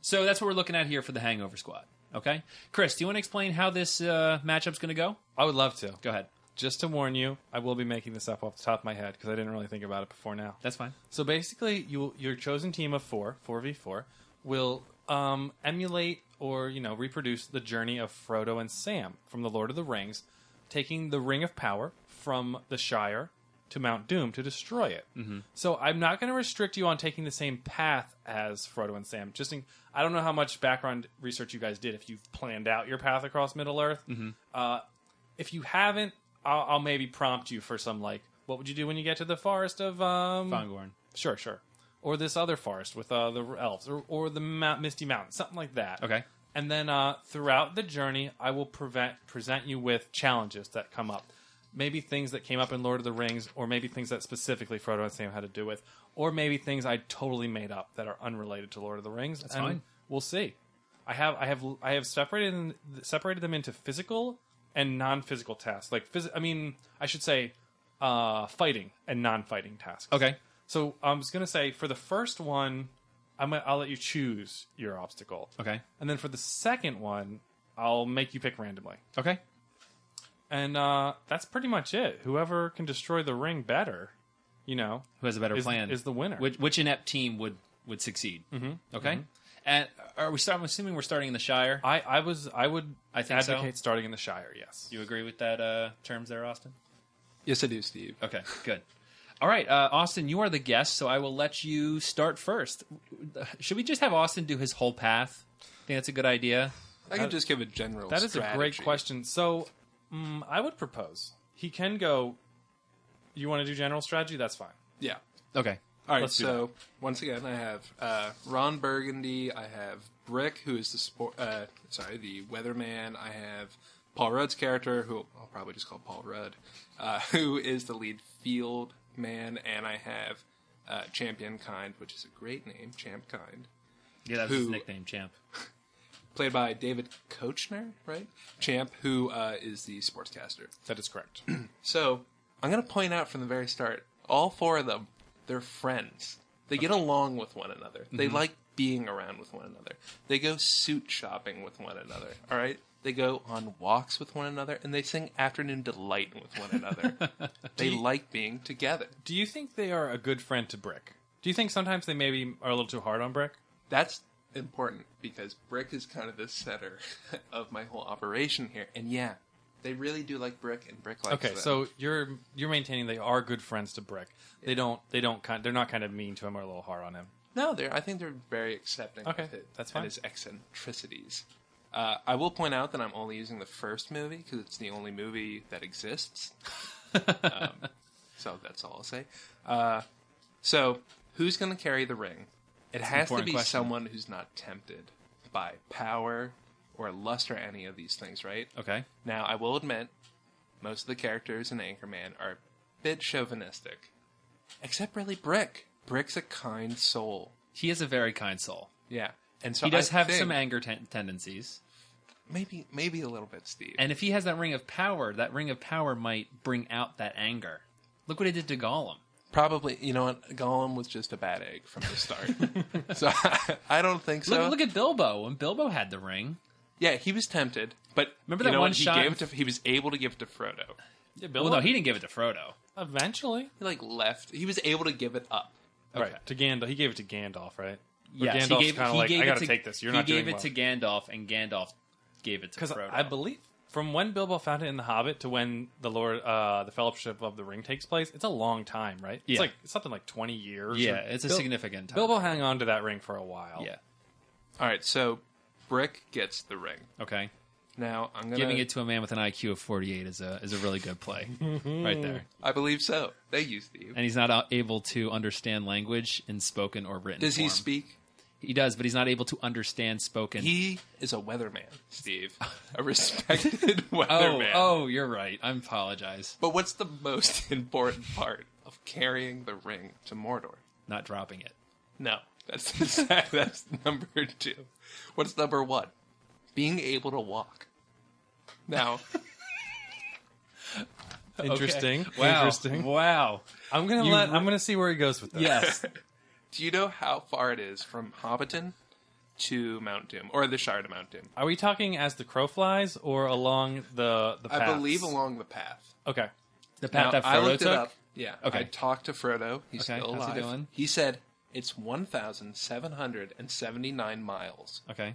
[SPEAKER 4] so that's what we're looking at here for the Hangover Squad. Okay, Chris, do you want to explain how this uh, matchup's going to go?
[SPEAKER 5] I would love to.
[SPEAKER 4] Go ahead.
[SPEAKER 5] Just to warn you, I will be making this up off the top of my head because I didn't really think about it before now.
[SPEAKER 4] That's fine.
[SPEAKER 5] So basically, you your chosen team of four, four v four, will um, emulate or you know reproduce the journey of Frodo and Sam from the Lord of the Rings, taking the Ring of Power from the Shire to Mount Doom to destroy it. Mm-hmm. So I'm not going to restrict you on taking the same path as Frodo and Sam. Just in, I don't know how much background research you guys did if you've planned out your path across Middle Earth. Uh, if you haven't, I'll, I'll maybe prompt you for some like, what would you do when you get to the forest of um,
[SPEAKER 4] Fongorn.
[SPEAKER 5] Sure, sure. Or this other forest with uh, the elves, or, or the Mount, Misty Mountain, something like that.
[SPEAKER 4] Okay.
[SPEAKER 5] And then uh, throughout the journey, I will prevent, present you with challenges that come up. Maybe things that came up in Lord of the Rings, or maybe things that specifically Frodo and Sam had to do with, or maybe things I totally made up that are unrelated to Lord of the Rings. That's
[SPEAKER 4] fine.
[SPEAKER 5] We'll see. I have, I have, I have separated in- separated them into physical and non-physical tasks. Like, phys- I mean, I should say, uh, fighting and non-fighting tasks.
[SPEAKER 4] Okay.
[SPEAKER 5] So I was gonna say for the first one, I'm gonna, I'll let you choose your obstacle.
[SPEAKER 4] Okay.
[SPEAKER 5] And then for the second one, I'll make you pick randomly.
[SPEAKER 4] Okay.
[SPEAKER 5] And uh, that's pretty much it. Whoever can destroy the ring better, you know,
[SPEAKER 4] Who has a better
[SPEAKER 5] is,
[SPEAKER 4] plan
[SPEAKER 5] is the winner.
[SPEAKER 4] Which, which inept team would would succeed? Mm-hmm. Okay. And are we? Start, I'm assuming we're starting in the Shire.
[SPEAKER 5] I, I was I would
[SPEAKER 4] I think so.
[SPEAKER 5] advocate starting in the Shire. Yes.
[SPEAKER 4] You agree with that uh, terms there, Austin?
[SPEAKER 6] Yes, I do, Steve.
[SPEAKER 5] Uh,
[SPEAKER 4] Okay, good. All right, uh, Austin, you are the guest, so I will let you start first. Should we just have Austin do his whole path? I think that's a good idea.
[SPEAKER 6] I could just give a general.
[SPEAKER 5] That is a great
[SPEAKER 6] strategy.
[SPEAKER 5] question. So mm, I would propose he can go. You want to do general strategy? That's fine.
[SPEAKER 6] Yeah.
[SPEAKER 4] Okay.
[SPEAKER 6] All right,
[SPEAKER 5] Let's do
[SPEAKER 6] so once again, I have uh, Ron Burgundy. I have Brick, who is the sport. Uh, sorry, the weatherman. I have Paul Rudd's character, who I'll probably just call Paul Rudd, uh, <laughs> who is the lead field man, and I have uh, Champion Kind, which is a great name, Champ Kind,
[SPEAKER 4] Yeah, that's
[SPEAKER 6] his
[SPEAKER 4] his
[SPEAKER 6] Who-
[SPEAKER 4] nickname, champ.
[SPEAKER 6] played by David Kochner, right? Champ, who uh, is the sportscaster.
[SPEAKER 5] That is <clears throat> correct.
[SPEAKER 6] So I'm going to point out from the very start, all four of them, they're friends. They get along with one another. They
[SPEAKER 5] Mm-hmm.
[SPEAKER 6] like being around with one another. They go suit shopping with one another. All right. They go on walks with one another, and they sing "Afternoon Delight" with one
[SPEAKER 5] <laughs>
[SPEAKER 6] another. they like being together.
[SPEAKER 5] Do you think they are a good friend to Brick? Do you think sometimes they maybe are a little too hard on Brick?
[SPEAKER 6] That's important because Brick is kind of the center <laughs> of my whole operation here. And yeah, they really do like Brick, and Brick likes
[SPEAKER 5] Okay,
[SPEAKER 6] them.
[SPEAKER 5] so you're you're maintaining they are good friends to Brick. They don't they don't kind they're not kind of mean to him or a little hard on him.
[SPEAKER 6] No, they're. I think they're very accepting.
[SPEAKER 5] Okay,
[SPEAKER 6] of it
[SPEAKER 5] that's
[SPEAKER 6] and
[SPEAKER 5] fine.
[SPEAKER 6] his eccentricities. Uh, I will point out that I'm only using the first movie because it's the only movie
[SPEAKER 5] <laughs>
[SPEAKER 6] that exists. Um, so that's all I'll say. Uh, so who's going to carry the ring? It has to
[SPEAKER 4] important
[SPEAKER 6] be
[SPEAKER 4] question.
[SPEAKER 6] someone who's not tempted by power or lust or any of these things, right?
[SPEAKER 4] Okay.
[SPEAKER 6] Now, I will admit, most of the characters in Anchorman are a bit chauvinistic, except really Brick. Brick's a kind soul.
[SPEAKER 4] He is a very kind soul.
[SPEAKER 6] Yeah, and so
[SPEAKER 4] He does
[SPEAKER 6] I
[SPEAKER 4] have
[SPEAKER 6] think
[SPEAKER 4] some anger ten- tendencies.
[SPEAKER 6] Maybe, maybe a little bit, Steve.
[SPEAKER 4] And if he has that ring of power, that ring of power might bring out that anger. Look what it did to Gollum.
[SPEAKER 6] Probably, you know what? Gollum was just a bad egg from the start.
[SPEAKER 4] <laughs>
[SPEAKER 6] so <laughs> I don't think so.
[SPEAKER 4] Look, look at Bilbo. When Bilbo had the ring,
[SPEAKER 6] yeah, he was tempted, but
[SPEAKER 4] Remember
[SPEAKER 6] you
[SPEAKER 4] that
[SPEAKER 6] know
[SPEAKER 4] one
[SPEAKER 6] what?
[SPEAKER 4] shot-
[SPEAKER 6] He, gave it to, he was able to give it to Frodo.
[SPEAKER 5] Yeah,
[SPEAKER 4] well, no, he didn't give it to Frodo.
[SPEAKER 5] eventually
[SPEAKER 6] He like left. He was able to give it up.
[SPEAKER 5] right to Gandalf. He gave it to Gandalf, right? Or
[SPEAKER 4] Yes,
[SPEAKER 5] Gandalf's
[SPEAKER 4] he gave,
[SPEAKER 5] kinda
[SPEAKER 4] he
[SPEAKER 5] like,
[SPEAKER 4] gave
[SPEAKER 5] I
[SPEAKER 4] it
[SPEAKER 5] gotta
[SPEAKER 4] to,
[SPEAKER 5] take this. You're
[SPEAKER 4] he
[SPEAKER 5] not
[SPEAKER 4] gave
[SPEAKER 5] doing
[SPEAKER 4] it to Gandalf, and Gandalf gave it to
[SPEAKER 5] because
[SPEAKER 4] Frodo.
[SPEAKER 5] I believe from when Bilbo found it in the Hobbit to when the Lord uh, the Fellowship of the Ring takes place, it's a long time, right?
[SPEAKER 4] Yeah.
[SPEAKER 5] It's like something like twenty years.
[SPEAKER 4] Yeah,
[SPEAKER 5] or-
[SPEAKER 4] it's a
[SPEAKER 5] Bil-
[SPEAKER 4] significant time.
[SPEAKER 5] Bilbo hang on to that ring for a while.
[SPEAKER 4] yeah.
[SPEAKER 6] All right, so Brick gets the ring.
[SPEAKER 4] Okay.
[SPEAKER 6] Now I'm gonna
[SPEAKER 4] Giving it to a man with an IQ of 48 is a is a really good
[SPEAKER 5] <laughs>
[SPEAKER 4] play, right there.
[SPEAKER 6] I believe so. They used Steve.
[SPEAKER 4] And he's not uh, able to understand language in spoken or written.
[SPEAKER 6] Does he
[SPEAKER 4] form.
[SPEAKER 6] speak?
[SPEAKER 4] He does, but he's not able to understand spoken.
[SPEAKER 6] He is a weatherman, Steve.
[SPEAKER 4] <laughs>
[SPEAKER 6] A respected
[SPEAKER 4] oh,
[SPEAKER 6] weatherman.
[SPEAKER 4] oh, you're right. I apologize.
[SPEAKER 6] But what's the most <laughs> important part of carrying the ring to Mordor?
[SPEAKER 4] Not dropping it.
[SPEAKER 6] No, that's
[SPEAKER 4] <laughs>
[SPEAKER 6] that's number two. What's number one? Being able to walk. Now,
[SPEAKER 5] Interesting.
[SPEAKER 4] Okay. Wow.
[SPEAKER 5] Interesting.
[SPEAKER 4] Wow.
[SPEAKER 5] I'm gonna
[SPEAKER 4] You-
[SPEAKER 5] let. I'm gonna see where he goes with this.
[SPEAKER 4] Yes.
[SPEAKER 6] <laughs> do you know how far it is from Hobbiton to Mount Doom or the Shire to Mount Doom?
[SPEAKER 5] Are we talking as the crow flies or along the the?
[SPEAKER 6] I
[SPEAKER 5] paths?
[SPEAKER 6] believe along the path.
[SPEAKER 5] Okay.
[SPEAKER 4] The path
[SPEAKER 6] Now,
[SPEAKER 4] that Frodo
[SPEAKER 6] I looked
[SPEAKER 4] took.
[SPEAKER 6] it up. Yeah.
[SPEAKER 4] Okay.
[SPEAKER 6] I talked to Frodo. He's
[SPEAKER 4] Okay,
[SPEAKER 6] still alive.
[SPEAKER 4] how's he doing?
[SPEAKER 6] He said it's 1,779 miles
[SPEAKER 4] Okay.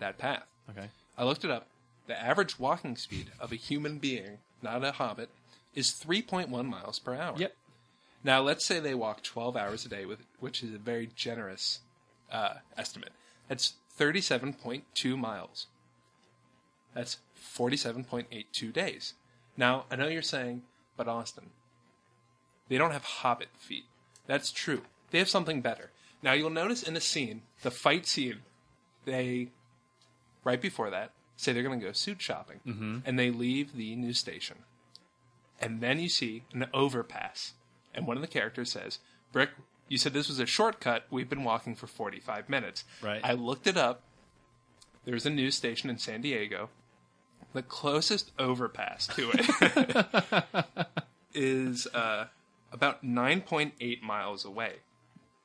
[SPEAKER 6] that path.
[SPEAKER 4] Okay.
[SPEAKER 6] I looked it up. The average walking speed of a human being, not a hobbit, is 3.1 miles per hour.
[SPEAKER 4] Yep.
[SPEAKER 6] Now, let's say they walk 12 hours a day, with, which is a very generous uh, estimate. That's 37.2 miles. That's 47.82 days. Now, I know you're saying, but Austin, they don't have hobbit feet. That's true. They have something better. Now, you'll notice in the scene, the fight scene, they, right before that, say they're going to go suit shopping. And they leave the news station. And then you see an overpass. And one of the characters says, Brick, you said this was a shortcut. We've been walking for 45 minutes.
[SPEAKER 4] Right.
[SPEAKER 6] I looked it up. There's a news station in San Diego. The closest overpass to it <laughs> is uh, about 9.8 miles away.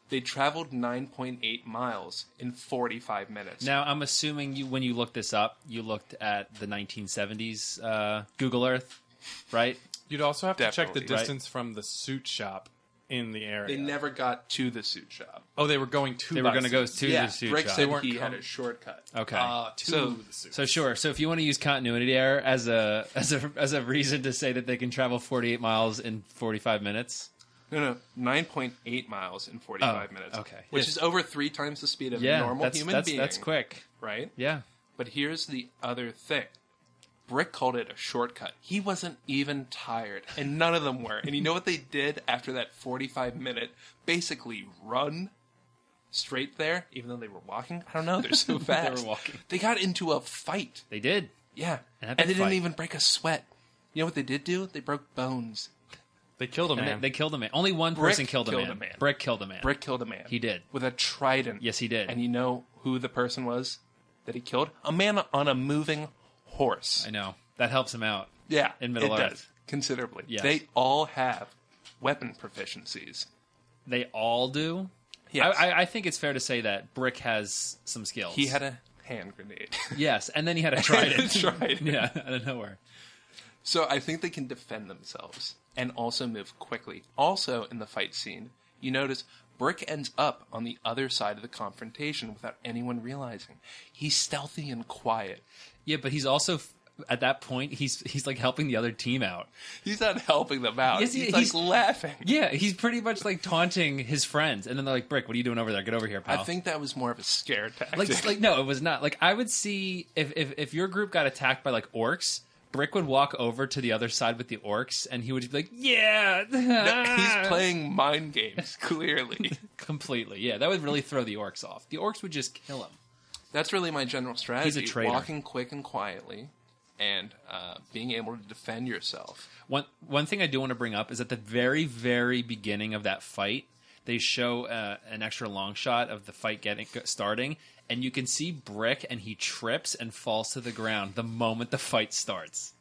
[SPEAKER 6] They traveled 9.8 miles in 45 minutes.
[SPEAKER 4] Now I'm assuming you when you looked this up, you looked at the 1970s uh, Google Earth, right?
[SPEAKER 5] You'd also have to check the
[SPEAKER 6] Definitely. Right.
[SPEAKER 5] distance from the suit shop in the area.
[SPEAKER 6] they never got to the suit shop.
[SPEAKER 5] oh, they were going to.
[SPEAKER 4] They were
[SPEAKER 5] buy
[SPEAKER 4] going to go
[SPEAKER 5] suits.
[SPEAKER 4] to the suit
[SPEAKER 6] Brick
[SPEAKER 4] shop.
[SPEAKER 6] said
[SPEAKER 5] weren't
[SPEAKER 6] he had
[SPEAKER 5] com-
[SPEAKER 6] a shortcut. Uh,
[SPEAKER 4] Okay.
[SPEAKER 5] Ah, to
[SPEAKER 6] So-
[SPEAKER 5] the suit.
[SPEAKER 4] so sure. So if you want to use continuity error as a as a as a reason to say that they can travel 48 miles in 45 minutes,
[SPEAKER 6] No, no, 9.8 miles in 45
[SPEAKER 4] Oh,
[SPEAKER 6] minutes.
[SPEAKER 4] okay.
[SPEAKER 6] Which
[SPEAKER 4] Yes.
[SPEAKER 6] is over three times the speed of
[SPEAKER 4] yeah,
[SPEAKER 6] a normal
[SPEAKER 4] that's
[SPEAKER 6] human
[SPEAKER 4] that's,
[SPEAKER 6] being.
[SPEAKER 4] that's quick.
[SPEAKER 6] Right?
[SPEAKER 4] Yeah.
[SPEAKER 6] But here's the other thing. Brick called it a shortcut. He wasn't even tired, and none of them were. And you know what they did after that 45 minute basically run straight there, even though they were walking? I don't know.
[SPEAKER 4] <laughs>
[SPEAKER 6] They're so fast.
[SPEAKER 4] walking.
[SPEAKER 6] They got into a fight.
[SPEAKER 4] They did.
[SPEAKER 6] Yeah.
[SPEAKER 4] An
[SPEAKER 6] And,
[SPEAKER 4] epic
[SPEAKER 6] they didn't
[SPEAKER 4] fight.
[SPEAKER 6] even break a sweat. You know what they did do? They broke bones.
[SPEAKER 5] They killed a
[SPEAKER 4] And they,
[SPEAKER 5] man.
[SPEAKER 4] they killed a man. Only one
[SPEAKER 6] Brick
[SPEAKER 4] person killed a,
[SPEAKER 6] killed
[SPEAKER 4] man.
[SPEAKER 6] a man.
[SPEAKER 4] Brick killed a man.
[SPEAKER 6] Brick killed a man.
[SPEAKER 4] He did.
[SPEAKER 6] With a trident.
[SPEAKER 4] Yes, he did.
[SPEAKER 6] And you know who the person was that he killed? A man on a moving horse.
[SPEAKER 4] I know. That helps him out.
[SPEAKER 6] Yeah,
[SPEAKER 4] in Middle
[SPEAKER 6] it
[SPEAKER 4] Earth.
[SPEAKER 6] does considerably.
[SPEAKER 4] Yes.
[SPEAKER 6] They all have weapon proficiencies.
[SPEAKER 4] They all do.
[SPEAKER 6] Yes.
[SPEAKER 4] I, I, I think it's fair to say that Brick has some skills.
[SPEAKER 6] he had a hand grenade. <laughs>
[SPEAKER 4] yes, and then he had a trident. <laughs>
[SPEAKER 6] Trident.
[SPEAKER 4] Yeah, out of nowhere.
[SPEAKER 6] so I think they can defend themselves and also move quickly. Also, in the fight scene, you notice Brick ends up on the other side of the confrontation without anyone realizing. He's stealthy and quiet.
[SPEAKER 4] Yeah, but he's also f- at that point he's he's like helping the other team out.
[SPEAKER 6] He's not helping them out.
[SPEAKER 4] Yes, he-
[SPEAKER 6] he's,
[SPEAKER 4] he's-
[SPEAKER 6] like laughing.
[SPEAKER 4] Yeah, he's pretty much like taunting his friends, and then they're like, "Brick, what are you doing over there? Get over here, pal."
[SPEAKER 6] I think that was more of a scare tactic.
[SPEAKER 4] like like no, it was not. Like I would see if if if your group got attacked by like orcs. Brick would walk over to the other side with the orcs, and he would be like, "Yeah,
[SPEAKER 6] <laughs> he's playing mind games, <laughs> clearly.
[SPEAKER 4] completely." Yeah, that would really throw the orcs off. The orcs would just kill him.
[SPEAKER 6] That's really my general strategy.
[SPEAKER 4] traitor.
[SPEAKER 6] Walking quick and quietly, and uh, being able to defend yourself.
[SPEAKER 4] One one thing I do want to bring up is at the very very beginning of that fight, they show uh, an extra long shot of the fight getting starting, and you can see Brick and he trips and falls to the ground the moment the fight starts.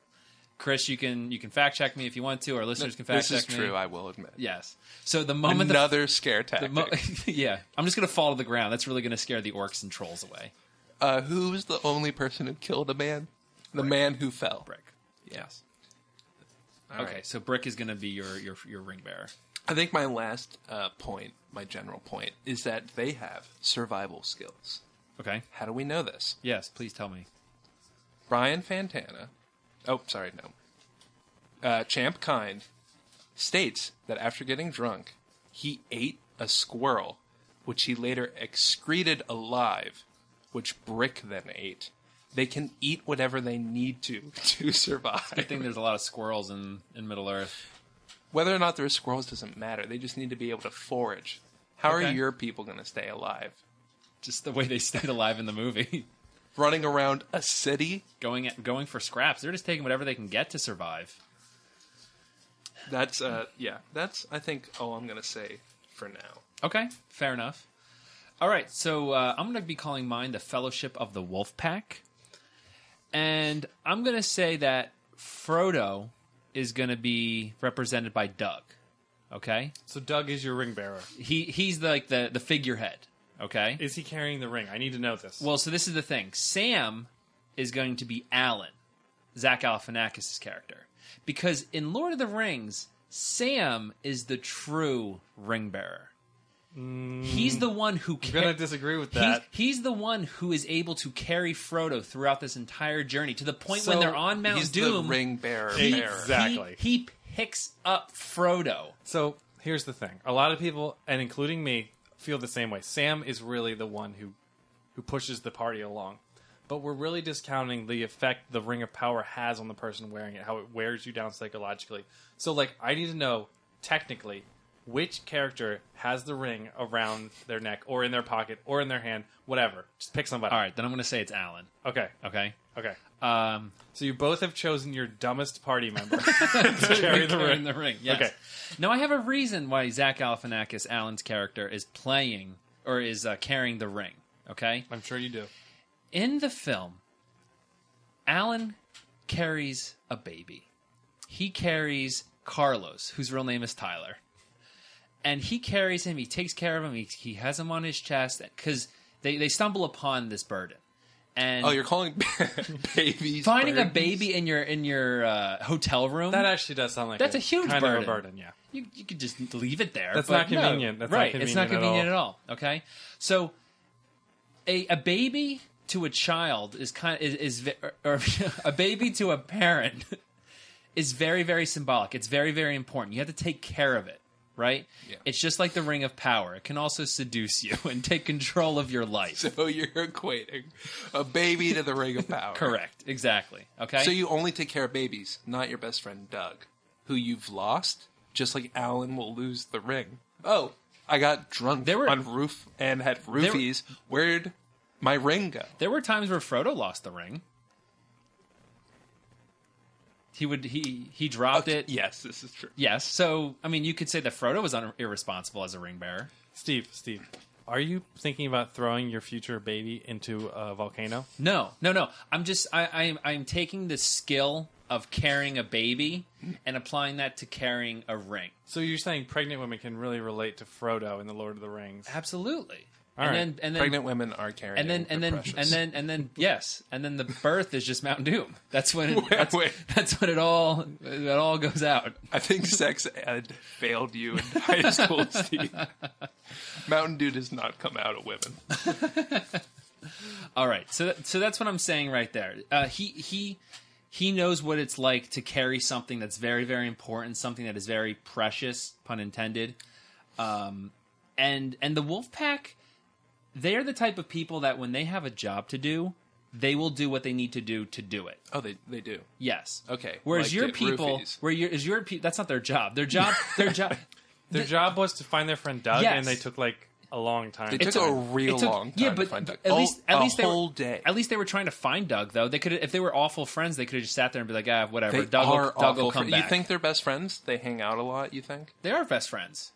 [SPEAKER 4] Chris, you can you can fact check me if you want to, or listeners can fact
[SPEAKER 6] this is
[SPEAKER 4] check me.
[SPEAKER 6] true. I will admit.
[SPEAKER 4] Yes. So the moment the
[SPEAKER 6] Another scare
[SPEAKER 4] the
[SPEAKER 6] tactic.
[SPEAKER 4] mo- <laughs> yeah, I'm just gonna fall to the ground. That's really gonna scare the orcs and trolls away.
[SPEAKER 6] <laughs> uh, who's the only person who killed a man? The man who fell.
[SPEAKER 4] Brick.
[SPEAKER 6] Yes.
[SPEAKER 4] okay, so Brick is gonna be your your your ring bearer.
[SPEAKER 6] I think my last uh, point, my general point, is that they have survival skills.
[SPEAKER 4] Okay.
[SPEAKER 6] How do we know this?
[SPEAKER 4] Yes, please tell me.
[SPEAKER 6] Brian Fantana, oh, sorry, no, uh, Champ Kind, states that after getting drunk, he ate a squirrel, which he later excreted alive, which Brick then ate. They can eat whatever they need to <laughs> to
[SPEAKER 4] Good
[SPEAKER 6] survive.
[SPEAKER 4] thing there's a lot of squirrels in in Middle Earth.
[SPEAKER 6] Whether or not there are squirrels doesn't matter. They just need to be able to forage. How
[SPEAKER 4] Okay.
[SPEAKER 6] are your people going to stay alive?
[SPEAKER 4] just the way they stayed alive in the movie. <laughs>
[SPEAKER 6] Running around a city,
[SPEAKER 4] going going for scraps. They're just taking whatever they can get to survive.
[SPEAKER 6] That's uh, yeah. That's I think all I'm gonna say for now.
[SPEAKER 4] Okay, fair enough. All right, so uh, I'm going to be calling mine the Fellowship of the Wolf Pack, and I'm going to say that Frodo is going to be represented by Doug. Okay,
[SPEAKER 5] So Doug is your ring bearer.
[SPEAKER 4] he he's the, like the the figurehead. Okay,
[SPEAKER 5] Is he carrying the ring? I need to know this.
[SPEAKER 4] well, so this is the thing. Sam is going to be Alan, Zach Galifianakis' character, because in Lord of the Rings, Sam is the true ring bearer. He's the one who
[SPEAKER 5] I'm gonna disagree with that.
[SPEAKER 4] He's, he's the one who is able to carry Frodo throughout this entire journey to the point when
[SPEAKER 5] So,
[SPEAKER 4] they're on Mount
[SPEAKER 6] He's
[SPEAKER 4] Doom.
[SPEAKER 6] the ring bearer.
[SPEAKER 4] he-
[SPEAKER 6] bearer.
[SPEAKER 5] Exactly.
[SPEAKER 4] He, he picks up Frodo.
[SPEAKER 5] So here's the thing: a lot of people, and including me, feel the same way. Sam is really the one who who pushes the party along, but we're really discounting the effect the Ring of Power has on the person wearing it, how it wears you down psychologically. So, like, I need to know technically which character has the ring around their neck or in their pocket or in their hand, whatever. Just pick somebody.
[SPEAKER 4] All right, then I'm going to say it's Alan.
[SPEAKER 5] Okay.
[SPEAKER 4] Okay.
[SPEAKER 5] Okay.
[SPEAKER 4] Um,
[SPEAKER 5] So you both have chosen your dumbest
[SPEAKER 4] <laughs>
[SPEAKER 5] party member <laughs> to carry the
[SPEAKER 4] in
[SPEAKER 5] ring.
[SPEAKER 4] the ring. Yes.
[SPEAKER 5] Okay.
[SPEAKER 4] Now I have a reason why Zach Galifianakis, Alan's character, is playing or is uh, carrying the ring. Okay.
[SPEAKER 5] I'm sure you do.
[SPEAKER 4] in the film, Alan carries a baby. He carries Carlos, whose real name is Tyler. And he carries him, he takes care of him, he, he has him on his chest because they, they stumble upon this burden. And
[SPEAKER 6] Oh, you're calling <laughs> babies
[SPEAKER 4] finding a
[SPEAKER 6] burdens?
[SPEAKER 4] baby in your in your uh, hotel room,
[SPEAKER 5] That actually does sound like
[SPEAKER 4] That's a huge
[SPEAKER 5] kind
[SPEAKER 4] burden.
[SPEAKER 5] of a burden. Yeah.
[SPEAKER 4] you, you could just leave it there.
[SPEAKER 5] That's
[SPEAKER 4] but
[SPEAKER 5] not convenient.
[SPEAKER 4] No,
[SPEAKER 5] That's not
[SPEAKER 4] right. it's not convenient
[SPEAKER 5] convenient
[SPEAKER 4] at
[SPEAKER 5] at
[SPEAKER 4] all. Okay. So a, a baby to a child is kind is, is ve- or, <laughs> or a baby to a parent <laughs> is very very symbolic. It's very very important. You have to take care of it, right?
[SPEAKER 6] Yeah.
[SPEAKER 4] It's just like the ring of power. It can also seduce you <laughs> and take control of your life.
[SPEAKER 6] So Oh, you're equating a baby to the ring of power.
[SPEAKER 4] Correct. Exactly. Okay.
[SPEAKER 6] So you only take care of babies, not your best friend Doug, who you've lost, just like Alan will lose the ring. Oh, I got drunk
[SPEAKER 4] There were-
[SPEAKER 6] on roof and had
[SPEAKER 4] were-
[SPEAKER 6] roofies. Where'd my ring go?
[SPEAKER 4] there were times where Frodo lost the ring. He would he he dropped it.
[SPEAKER 6] Yes, this is true.
[SPEAKER 4] Yes. So, I mean, you could say that Frodo was un- irresponsible as a ring bearer.
[SPEAKER 5] Steve, Steve, are you thinking about throwing your future baby into a volcano?
[SPEAKER 4] No, no, no. I'm just, I, I'm, I'm taking the skill of carrying a baby and applying that to carrying a ring.
[SPEAKER 5] So you're saying pregnant women can really relate to Frodo in the Lord of the Rings?
[SPEAKER 4] Absolutely.
[SPEAKER 5] All
[SPEAKER 4] and
[SPEAKER 5] right.
[SPEAKER 4] then, and then,
[SPEAKER 6] Pregnant women are carrying.
[SPEAKER 4] and then, and
[SPEAKER 6] they're
[SPEAKER 4] then,
[SPEAKER 6] precious.
[SPEAKER 4] and then, and
[SPEAKER 5] <laughs>
[SPEAKER 4] then, yes. And then the birth is just Mountain Doom. That's when, it, that's,
[SPEAKER 6] wait.
[SPEAKER 4] that's when it all, it all goes out.
[SPEAKER 6] I think sex ed failed you in high school,
[SPEAKER 4] <laughs>
[SPEAKER 6] Steve. Mountain Dew does not come out of women.
[SPEAKER 4] All right, so that, so that's what I'm saying right there. Uh, he he he knows what it's like to carry something that's very very important, something that is very precious, pun intended. Um, and and the wolf pack, they are the type of people that when they have a job to do, they will do what they need to do to do it.
[SPEAKER 6] Oh, they they do.
[SPEAKER 4] Yes.
[SPEAKER 6] Okay,
[SPEAKER 4] Whereas
[SPEAKER 6] like
[SPEAKER 4] your
[SPEAKER 6] get
[SPEAKER 4] people,
[SPEAKER 6] roofies.
[SPEAKER 4] where your is your pe- that's not their job. Their job, their
[SPEAKER 6] <laughs>
[SPEAKER 4] job.
[SPEAKER 5] Their job was to find their friend Doug,
[SPEAKER 4] Yes.
[SPEAKER 5] and they took like a long time.
[SPEAKER 6] It took a real
[SPEAKER 4] It took-
[SPEAKER 6] long time
[SPEAKER 4] yeah, but
[SPEAKER 6] to find Doug.
[SPEAKER 4] at least
[SPEAKER 6] Oh,
[SPEAKER 4] at least
[SPEAKER 6] a
[SPEAKER 4] they
[SPEAKER 6] whole
[SPEAKER 4] were,
[SPEAKER 6] day.
[SPEAKER 4] At least they were trying to find Doug though. They could if they were awful friends, they could have just sat there and be like, ah, whatever.
[SPEAKER 6] They
[SPEAKER 4] Doug will,
[SPEAKER 6] are
[SPEAKER 4] Doug will
[SPEAKER 6] awful
[SPEAKER 4] come
[SPEAKER 6] fri-
[SPEAKER 4] back.
[SPEAKER 6] You think they're best friends? They hang out a lot. You think
[SPEAKER 4] they are best friends?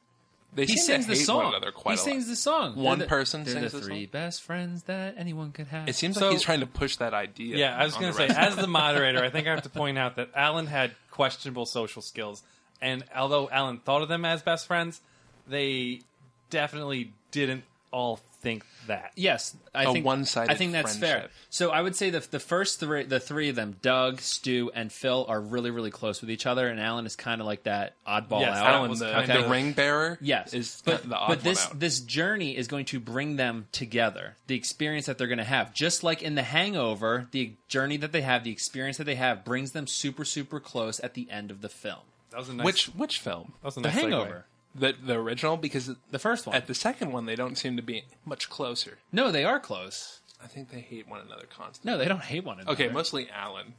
[SPEAKER 6] they
[SPEAKER 4] He
[SPEAKER 6] seem
[SPEAKER 4] sings
[SPEAKER 6] to
[SPEAKER 4] the
[SPEAKER 6] hate
[SPEAKER 4] song.
[SPEAKER 6] one another quite
[SPEAKER 4] he
[SPEAKER 6] a lot.
[SPEAKER 4] sings the song. They're
[SPEAKER 6] One
[SPEAKER 4] the-
[SPEAKER 6] person
[SPEAKER 4] they're
[SPEAKER 6] sings
[SPEAKER 4] the
[SPEAKER 6] the
[SPEAKER 4] three
[SPEAKER 6] song?
[SPEAKER 4] best friends that anyone could have.
[SPEAKER 6] It seems
[SPEAKER 5] So-
[SPEAKER 6] like he's trying to push that idea.
[SPEAKER 5] Yeah, I was
[SPEAKER 6] on
[SPEAKER 5] going
[SPEAKER 6] the
[SPEAKER 5] to say,
[SPEAKER 6] rest
[SPEAKER 5] as
[SPEAKER 6] of
[SPEAKER 5] the moderator, I think I have to
[SPEAKER 6] <laughs>
[SPEAKER 5] point out that Alan had questionable social skills, and although Alan thought of them as best friends, they definitely didn't all think that.
[SPEAKER 4] Yes, I
[SPEAKER 6] A
[SPEAKER 4] think
[SPEAKER 6] one-sided
[SPEAKER 4] I think that's fair.
[SPEAKER 6] friendship.
[SPEAKER 4] So I would say the the first three, the three of them, Doug, Stu, and Phil, are really really close with each other, and Alan is kind of like that oddball
[SPEAKER 5] Yes,
[SPEAKER 4] out.
[SPEAKER 5] Alan
[SPEAKER 6] the,
[SPEAKER 5] was
[SPEAKER 6] the,
[SPEAKER 5] kind
[SPEAKER 4] Okay.
[SPEAKER 5] of-
[SPEAKER 6] ring bearer.
[SPEAKER 4] Yes,
[SPEAKER 6] is
[SPEAKER 4] but
[SPEAKER 6] the, the odd
[SPEAKER 4] but this
[SPEAKER 6] one out.
[SPEAKER 4] this journey is going to bring them together. The experience that they're going to have, just like in The Hangover, the journey that they have, the experience that they have, brings them super super close at the end of the film.
[SPEAKER 5] That was a nice,
[SPEAKER 6] which which film?
[SPEAKER 5] that was a
[SPEAKER 4] The
[SPEAKER 5] nice segue.
[SPEAKER 4] Hangover,
[SPEAKER 6] The the original because
[SPEAKER 4] the first one.
[SPEAKER 6] at the second one they don't seem to be much closer.
[SPEAKER 4] no, they are close.
[SPEAKER 6] I think they hate one another constantly.
[SPEAKER 4] No, they don't hate one another.
[SPEAKER 6] Okay, mostly Alan.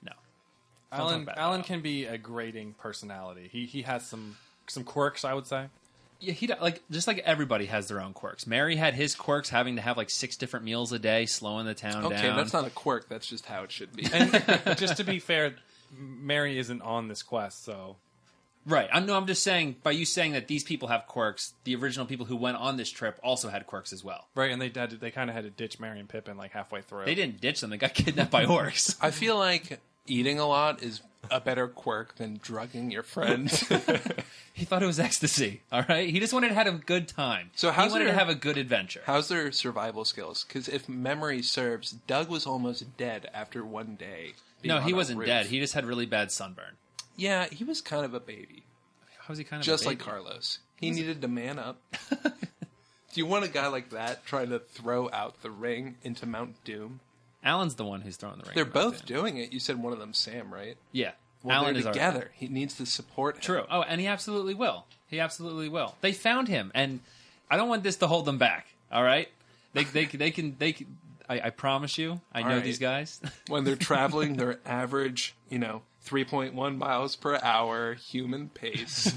[SPEAKER 4] no.
[SPEAKER 5] Alan
[SPEAKER 4] talk about it
[SPEAKER 5] Alan
[SPEAKER 4] now.
[SPEAKER 5] can be a grating personality. He he has some some quirks, I would say.
[SPEAKER 4] yeah, he like just like everybody has their own quirks. Mary had his quirks, having to have like six different meals a day, slowing the town
[SPEAKER 6] Okay,
[SPEAKER 4] down.
[SPEAKER 6] that's not a quirk. That's just how it should be. <laughs>
[SPEAKER 4] <laughs>
[SPEAKER 5] just to be fair, Mary isn't on this quest, so
[SPEAKER 4] right. I no, I'm just saying by you saying that these people have quirks, the original people who went on this trip also had quirks as well.
[SPEAKER 5] right. And they had to- they kind of had to ditch Mary and Pippin like halfway through.
[SPEAKER 4] They didn't ditch them; they got <laughs> kidnapped by orcs. <laughs>
[SPEAKER 6] I feel like eating a lot is a better quirk than drugging your <laughs> friends.
[SPEAKER 4] he thought it was ecstasy. All right, he just wanted to have a good time.
[SPEAKER 6] So
[SPEAKER 4] he
[SPEAKER 6] how's
[SPEAKER 4] wanted
[SPEAKER 6] their-
[SPEAKER 4] to have a good adventure.
[SPEAKER 6] How's their survival skills? Because if memory serves, Doug was almost dead after one day. being
[SPEAKER 4] No, he
[SPEAKER 6] on a
[SPEAKER 4] wasn't
[SPEAKER 6] roof.
[SPEAKER 4] dead. He just had really bad sunburn.
[SPEAKER 6] yeah, he was kind of a baby,
[SPEAKER 4] How was he kind of a
[SPEAKER 6] just like
[SPEAKER 4] baby?
[SPEAKER 6] Carlos. He needed to man up.
[SPEAKER 4] <laughs>
[SPEAKER 6] Do you want a guy like that trying to throw out the ring into Mount Doom?
[SPEAKER 4] Alan's the one who's throwing the ring.
[SPEAKER 6] They're
[SPEAKER 4] around,
[SPEAKER 6] both
[SPEAKER 4] too.
[SPEAKER 6] doing it. You said one of them, Sam, right?
[SPEAKER 4] Yeah,
[SPEAKER 6] Well,
[SPEAKER 4] Alan is
[SPEAKER 6] they're
[SPEAKER 4] our-
[SPEAKER 6] together. He needs to support. Him.
[SPEAKER 4] True. Oh, and he absolutely will. He absolutely will. They found him, and I don't want this to hold them back. All right, they they they can they. Can, I, I promise you, I
[SPEAKER 6] All
[SPEAKER 4] know
[SPEAKER 6] right.
[SPEAKER 4] these guys. <laughs>
[SPEAKER 6] when they're traveling their average, you know, 3.1 miles per hour human
[SPEAKER 4] <laughs>
[SPEAKER 6] pace.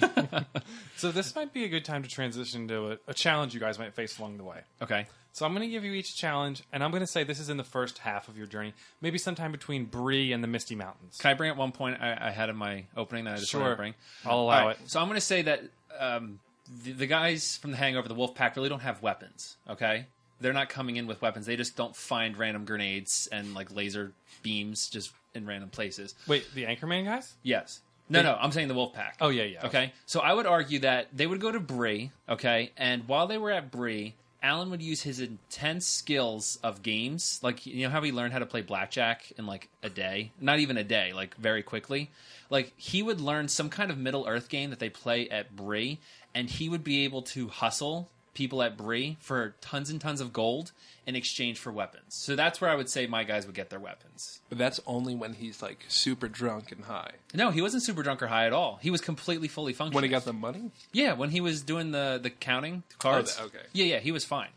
[SPEAKER 5] So this might be a good time to transition to a, a challenge you guys might face along the way.
[SPEAKER 4] okay,
[SPEAKER 5] So I'm going to give you each a challenge, and I'm going to say this is in the first half of your journey, maybe sometime between Bree and the Misty Mountains.
[SPEAKER 4] can I bring up one point I, I had in my opening that I just want
[SPEAKER 5] Sure.
[SPEAKER 4] to bring?
[SPEAKER 5] I'll
[SPEAKER 4] All
[SPEAKER 5] allow
[SPEAKER 4] right,
[SPEAKER 5] it.
[SPEAKER 4] So I'm going to say that um, the, the guys from the Hangover, the Wolf Pack, really don't have weapons. Okay, they're not coming in with weapons. They just don't find random grenades and like laser beams just in random places.
[SPEAKER 5] Wait, the Anchorman guys?
[SPEAKER 4] Yes. No, no, I'm saying the wolf pack.
[SPEAKER 5] Oh, yeah, yeah.
[SPEAKER 4] Okay. So I would argue that they would go to Bree, okay, and while they were at Bree, Alan would use his intense skills of games, like you know how he learned how to play blackjack in like a day, not even a day, like very quickly. Like he would learn some kind of Middle Earth game that they play at Bree, and he would be able to hustle people at Bree for tons and tons of gold in exchange for weapons. So that's where I would say my guys would get their weapons.
[SPEAKER 6] but that's only when he's like super drunk and high.
[SPEAKER 4] No, he wasn't super drunk or high at all. He was completely fully functioning.
[SPEAKER 6] When he got the money?
[SPEAKER 4] Yeah, when he was doing the the counting the cards.
[SPEAKER 6] Oh, the- okay.
[SPEAKER 4] Yeah, yeah, he was fine.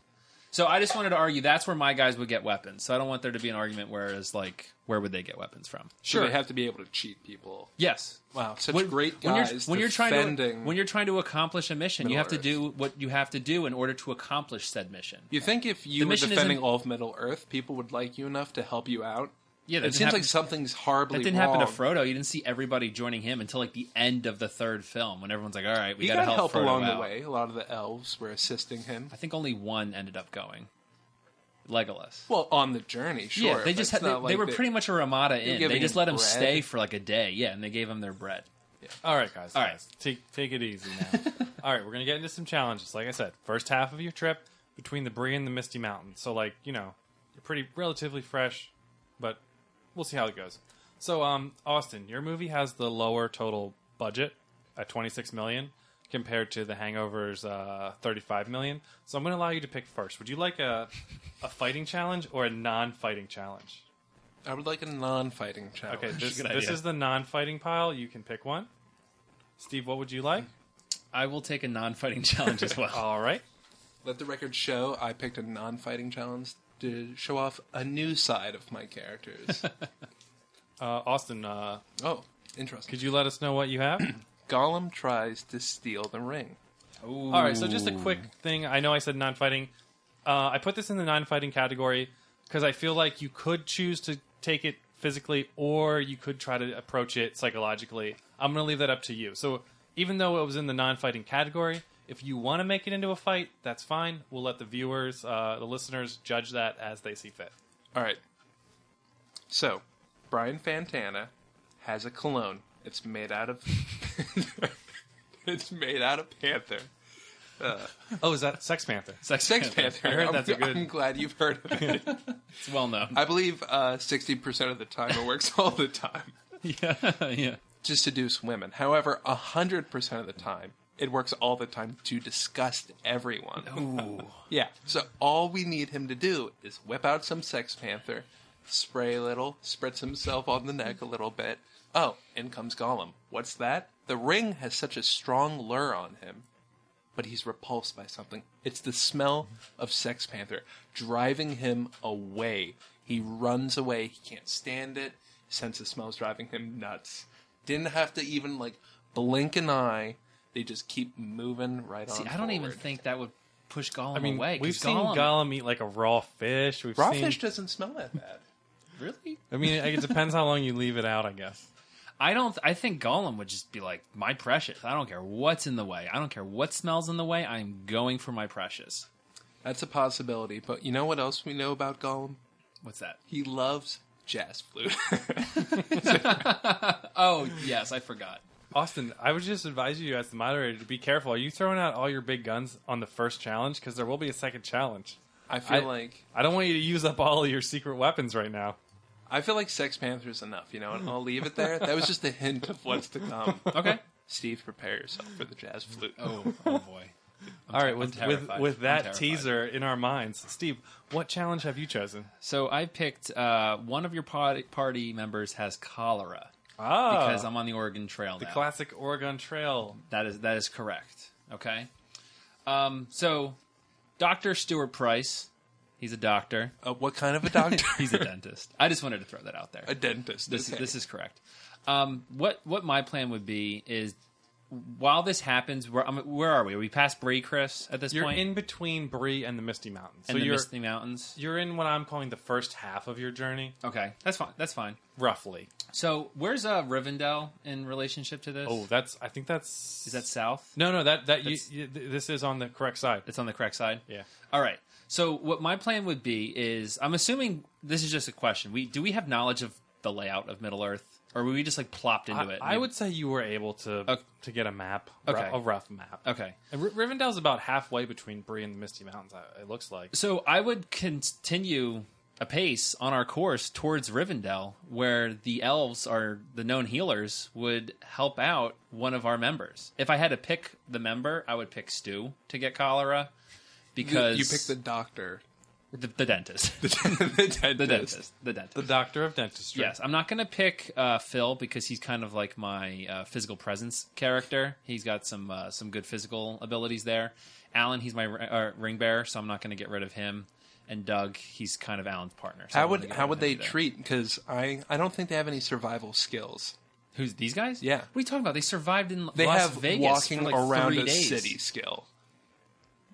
[SPEAKER 4] So I just wanted to argue that's where my guys would get weapons. So I don't want there to be an argument where it's like where would they get weapons from?
[SPEAKER 6] Sure. They have to be able to cheat people.
[SPEAKER 4] Yes.
[SPEAKER 6] Wow, such great
[SPEAKER 4] when
[SPEAKER 6] guys.
[SPEAKER 4] you're when you're trying to
[SPEAKER 6] defending-
[SPEAKER 4] when you're trying to accomplish a mission, you
[SPEAKER 6] Middle
[SPEAKER 4] have to
[SPEAKER 6] Earth.
[SPEAKER 4] do what you have to do in order to accomplish said mission.
[SPEAKER 6] You think if
[SPEAKER 4] The
[SPEAKER 6] you were
[SPEAKER 4] mission
[SPEAKER 6] defending
[SPEAKER 4] isn't-
[SPEAKER 6] all of Middle Earth, people would like you enough to help you out?
[SPEAKER 4] Yeah, that
[SPEAKER 6] it
[SPEAKER 4] didn't
[SPEAKER 6] seems
[SPEAKER 4] happen-
[SPEAKER 6] like something's horribly
[SPEAKER 4] That didn't
[SPEAKER 6] wrong.
[SPEAKER 4] happen to Frodo. You didn't see everybody joining him until like the end of the third film when everyone's like, "All right, we
[SPEAKER 6] He
[SPEAKER 4] gotta
[SPEAKER 6] got help,
[SPEAKER 4] Frodo
[SPEAKER 6] along
[SPEAKER 4] out."
[SPEAKER 6] the way. A lot of the elves were assisting him.
[SPEAKER 4] I think only one ended up going. Legolas.
[SPEAKER 6] Well, on the journey, sure.
[SPEAKER 4] yeah, they
[SPEAKER 6] but
[SPEAKER 4] just
[SPEAKER 6] it's
[SPEAKER 4] had, they,
[SPEAKER 6] not
[SPEAKER 4] they
[SPEAKER 6] like
[SPEAKER 4] were pretty much a Ramada inn.
[SPEAKER 6] giving
[SPEAKER 4] They just
[SPEAKER 6] him
[SPEAKER 4] let them
[SPEAKER 6] bread.
[SPEAKER 4] stay for like a day, yeah, and they gave them their bread.
[SPEAKER 5] All right, guys.
[SPEAKER 4] All
[SPEAKER 5] All
[SPEAKER 4] right.
[SPEAKER 5] right, take take it easy
[SPEAKER 4] <laughs>
[SPEAKER 5] now. All right, we're gonna get into some challenges. Like I said, first half of your trip between the Bree and the Misty Mountains. So like you know, you're pretty relatively fresh, but we'll see how it goes. So um, Austin, your movie has the lower total budget at 26 million compared to The Hangover's uh, 35 million. So I'm gonna allow you to pick first. Would you like a a fighting challenge or a non-fighting challenge?
[SPEAKER 6] I would like a non-fighting challenge.
[SPEAKER 5] Okay, this,
[SPEAKER 4] Oh, good
[SPEAKER 5] this
[SPEAKER 4] idea.
[SPEAKER 5] is the non-fighting pile. You can pick one. Steve, what would you like?
[SPEAKER 4] I will take a non-fighting <laughs> challenge as well.
[SPEAKER 5] <laughs> All right.
[SPEAKER 6] Let the record show I picked a non fighting challenge to show off a new side of
[SPEAKER 5] <laughs>
[SPEAKER 6] my characters.
[SPEAKER 5] Uh, Austin, uh,
[SPEAKER 6] oh, interesting.
[SPEAKER 5] could you let us know what you have?
[SPEAKER 6] Gollum tries to steal the ring.
[SPEAKER 5] All right, so just a quick thing. I know I said non fighting. Uh, I put this in the non fighting category because I feel like you could choose to take it physically or you could try to approach it psychologically. I'm going to leave that up to you. So even though it was in the non fighting category, if you want to make it into a fight, that's fine. We'll let the viewers, uh, the listeners, judge that as they see fit.
[SPEAKER 6] All right. So, Brian Fantana has a cologne. It's made out of. <laughs> it's made out of panther.
[SPEAKER 5] Oh, is that Sex Panther?
[SPEAKER 4] Sex,
[SPEAKER 6] Sex panther.
[SPEAKER 5] I heard
[SPEAKER 6] I'm-
[SPEAKER 5] that's a good-
[SPEAKER 6] I'm glad you've heard of it.
[SPEAKER 4] It's well known.
[SPEAKER 6] I believe uh, 60% of the time it works all the time.
[SPEAKER 4] <laughs> yeah, yeah.
[SPEAKER 6] to seduce women. However, 100% of the time, it works all the time to disgust everyone. yeah. So all we need him to do is whip out some sex panther, spray a little, spritz himself on the neck a little bit. Oh, in comes Gollum. What's that? The ring has such a strong lure on him, but he's repulsed by something. It's the smell of sex panther driving him away. He runs away. He can't stand it. Sense of smell's driving him nuts didn't have to even like blink an eye They just keep moving right
[SPEAKER 4] See,
[SPEAKER 6] on.
[SPEAKER 4] I don't even
[SPEAKER 6] forward.
[SPEAKER 4] think that would push Gollum
[SPEAKER 5] I mean,
[SPEAKER 4] away. 'cause
[SPEAKER 5] we've seen Gollum, eat like a raw fish. We've
[SPEAKER 6] Raw
[SPEAKER 5] seen,
[SPEAKER 6] fish doesn't smell that bad.
[SPEAKER 4] really?
[SPEAKER 5] I mean, it depends how long you leave it out, I guess.
[SPEAKER 4] I don't. I think Gollum would just be like, "My precious. I don't care what's in the way. I don't care what smells in the way. I'm going for my precious."
[SPEAKER 6] That's a possibility. But you know what else we know about Gollum?
[SPEAKER 4] What's that?
[SPEAKER 6] He loves jazz flute. <laughs>
[SPEAKER 4] Oh yes, I forgot.
[SPEAKER 5] Austin, I would just advise you as the moderator to be careful. Are you throwing out all your big guns on the first challenge? Because there will be a second challenge.
[SPEAKER 6] I feel like
[SPEAKER 5] I don't want you to use up all of your secret weapons right now.
[SPEAKER 6] I feel like Sex Panther's enough, you know, and I'll leave it there. That was just a hint of what's
[SPEAKER 4] <laughs>
[SPEAKER 6] to come.
[SPEAKER 4] Okay.
[SPEAKER 6] Steve, prepare yourself for the jazz flute.
[SPEAKER 4] oh, oh boy.
[SPEAKER 5] all right, with, with
[SPEAKER 4] terrified.
[SPEAKER 5] with
[SPEAKER 4] I'm
[SPEAKER 5] that
[SPEAKER 4] terrified.
[SPEAKER 5] teaser in our minds, Steve, what challenge have you chosen?
[SPEAKER 4] So I picked uh, one of your pod- party members has cholera
[SPEAKER 5] Ah,
[SPEAKER 4] because I'm on the Oregon Trail
[SPEAKER 5] the
[SPEAKER 4] now.
[SPEAKER 5] classic Oregon Trail.
[SPEAKER 4] That is that is correct. Okay. Um, so, Doctor Stuart Price, he's a doctor.
[SPEAKER 6] Uh, what kind of a doctor?
[SPEAKER 4] <laughs> He's
[SPEAKER 5] <laughs>
[SPEAKER 4] a dentist. I just wanted to throw that out there.
[SPEAKER 6] a dentist.
[SPEAKER 4] This
[SPEAKER 6] okay.
[SPEAKER 4] is this is correct. Um, what what my plan would be is while this happens, where I mean, where are we? Are we past Bree, Chris? At this
[SPEAKER 5] You're
[SPEAKER 4] point,
[SPEAKER 5] in between Bree and the Misty Mountains.
[SPEAKER 4] and
[SPEAKER 5] so
[SPEAKER 4] the
[SPEAKER 5] you're
[SPEAKER 4] Misty Mountains.
[SPEAKER 5] you're in what I'm calling the first half of your journey,
[SPEAKER 4] Okay, that's fine. That's fine.
[SPEAKER 5] roughly.
[SPEAKER 4] So, where's uh, Rivendell in relationship to this?
[SPEAKER 5] Oh, that's I think that's
[SPEAKER 4] is that south?
[SPEAKER 5] No, no, that that you,
[SPEAKER 4] That's-
[SPEAKER 5] you, th- this is on the correct side.
[SPEAKER 4] It's on the correct side.
[SPEAKER 5] Yeah.
[SPEAKER 4] All right. So what my plan would be is I'm assuming this is just a question. We do we have knowledge of the layout of Middle Earth, or were we just like plopped into
[SPEAKER 5] I,
[SPEAKER 4] it?
[SPEAKER 5] I would say you were able to
[SPEAKER 4] Ok-
[SPEAKER 5] to get a map,
[SPEAKER 4] Okay.
[SPEAKER 5] ru- a rough map.
[SPEAKER 4] Okay.
[SPEAKER 5] And R- Rivendell's about halfway between Bree and the Misty Mountains. I- It looks like.
[SPEAKER 4] So I would continue apace on our course towards Rivendell, where the elves are the known healers would help out one of our members. If I had to pick the member, I would pick Stu to get cholera
[SPEAKER 6] you,
[SPEAKER 4] because
[SPEAKER 6] you pick the doctor.
[SPEAKER 4] the, <laughs> the dentist,
[SPEAKER 6] <laughs> the dentist.
[SPEAKER 4] the dentist, the dentist.
[SPEAKER 5] The Doctor of Dentistry.
[SPEAKER 4] Yes, I'm not going to pick uh, Phil because he's kind of like my uh, physical presence character. He's got some uh, some good physical abilities there. Alan, he's my ri- uh, ring bearer, so I'm not going to get rid of him. And Doug, he's kind of Alan's partner. so
[SPEAKER 6] How
[SPEAKER 4] I'm not
[SPEAKER 6] would
[SPEAKER 4] gonna get
[SPEAKER 6] how
[SPEAKER 4] rid
[SPEAKER 6] would
[SPEAKER 4] of
[SPEAKER 6] they
[SPEAKER 4] him either.
[SPEAKER 6] treat? Because I I don't think they have any survival skills.
[SPEAKER 4] who's these guys?
[SPEAKER 6] Yeah.
[SPEAKER 4] what are you talking about? They survived in
[SPEAKER 6] They
[SPEAKER 4] Las
[SPEAKER 6] have
[SPEAKER 4] Vegas
[SPEAKER 6] walking
[SPEAKER 4] for like
[SPEAKER 6] around
[SPEAKER 4] three
[SPEAKER 6] a
[SPEAKER 4] days.
[SPEAKER 6] city skill.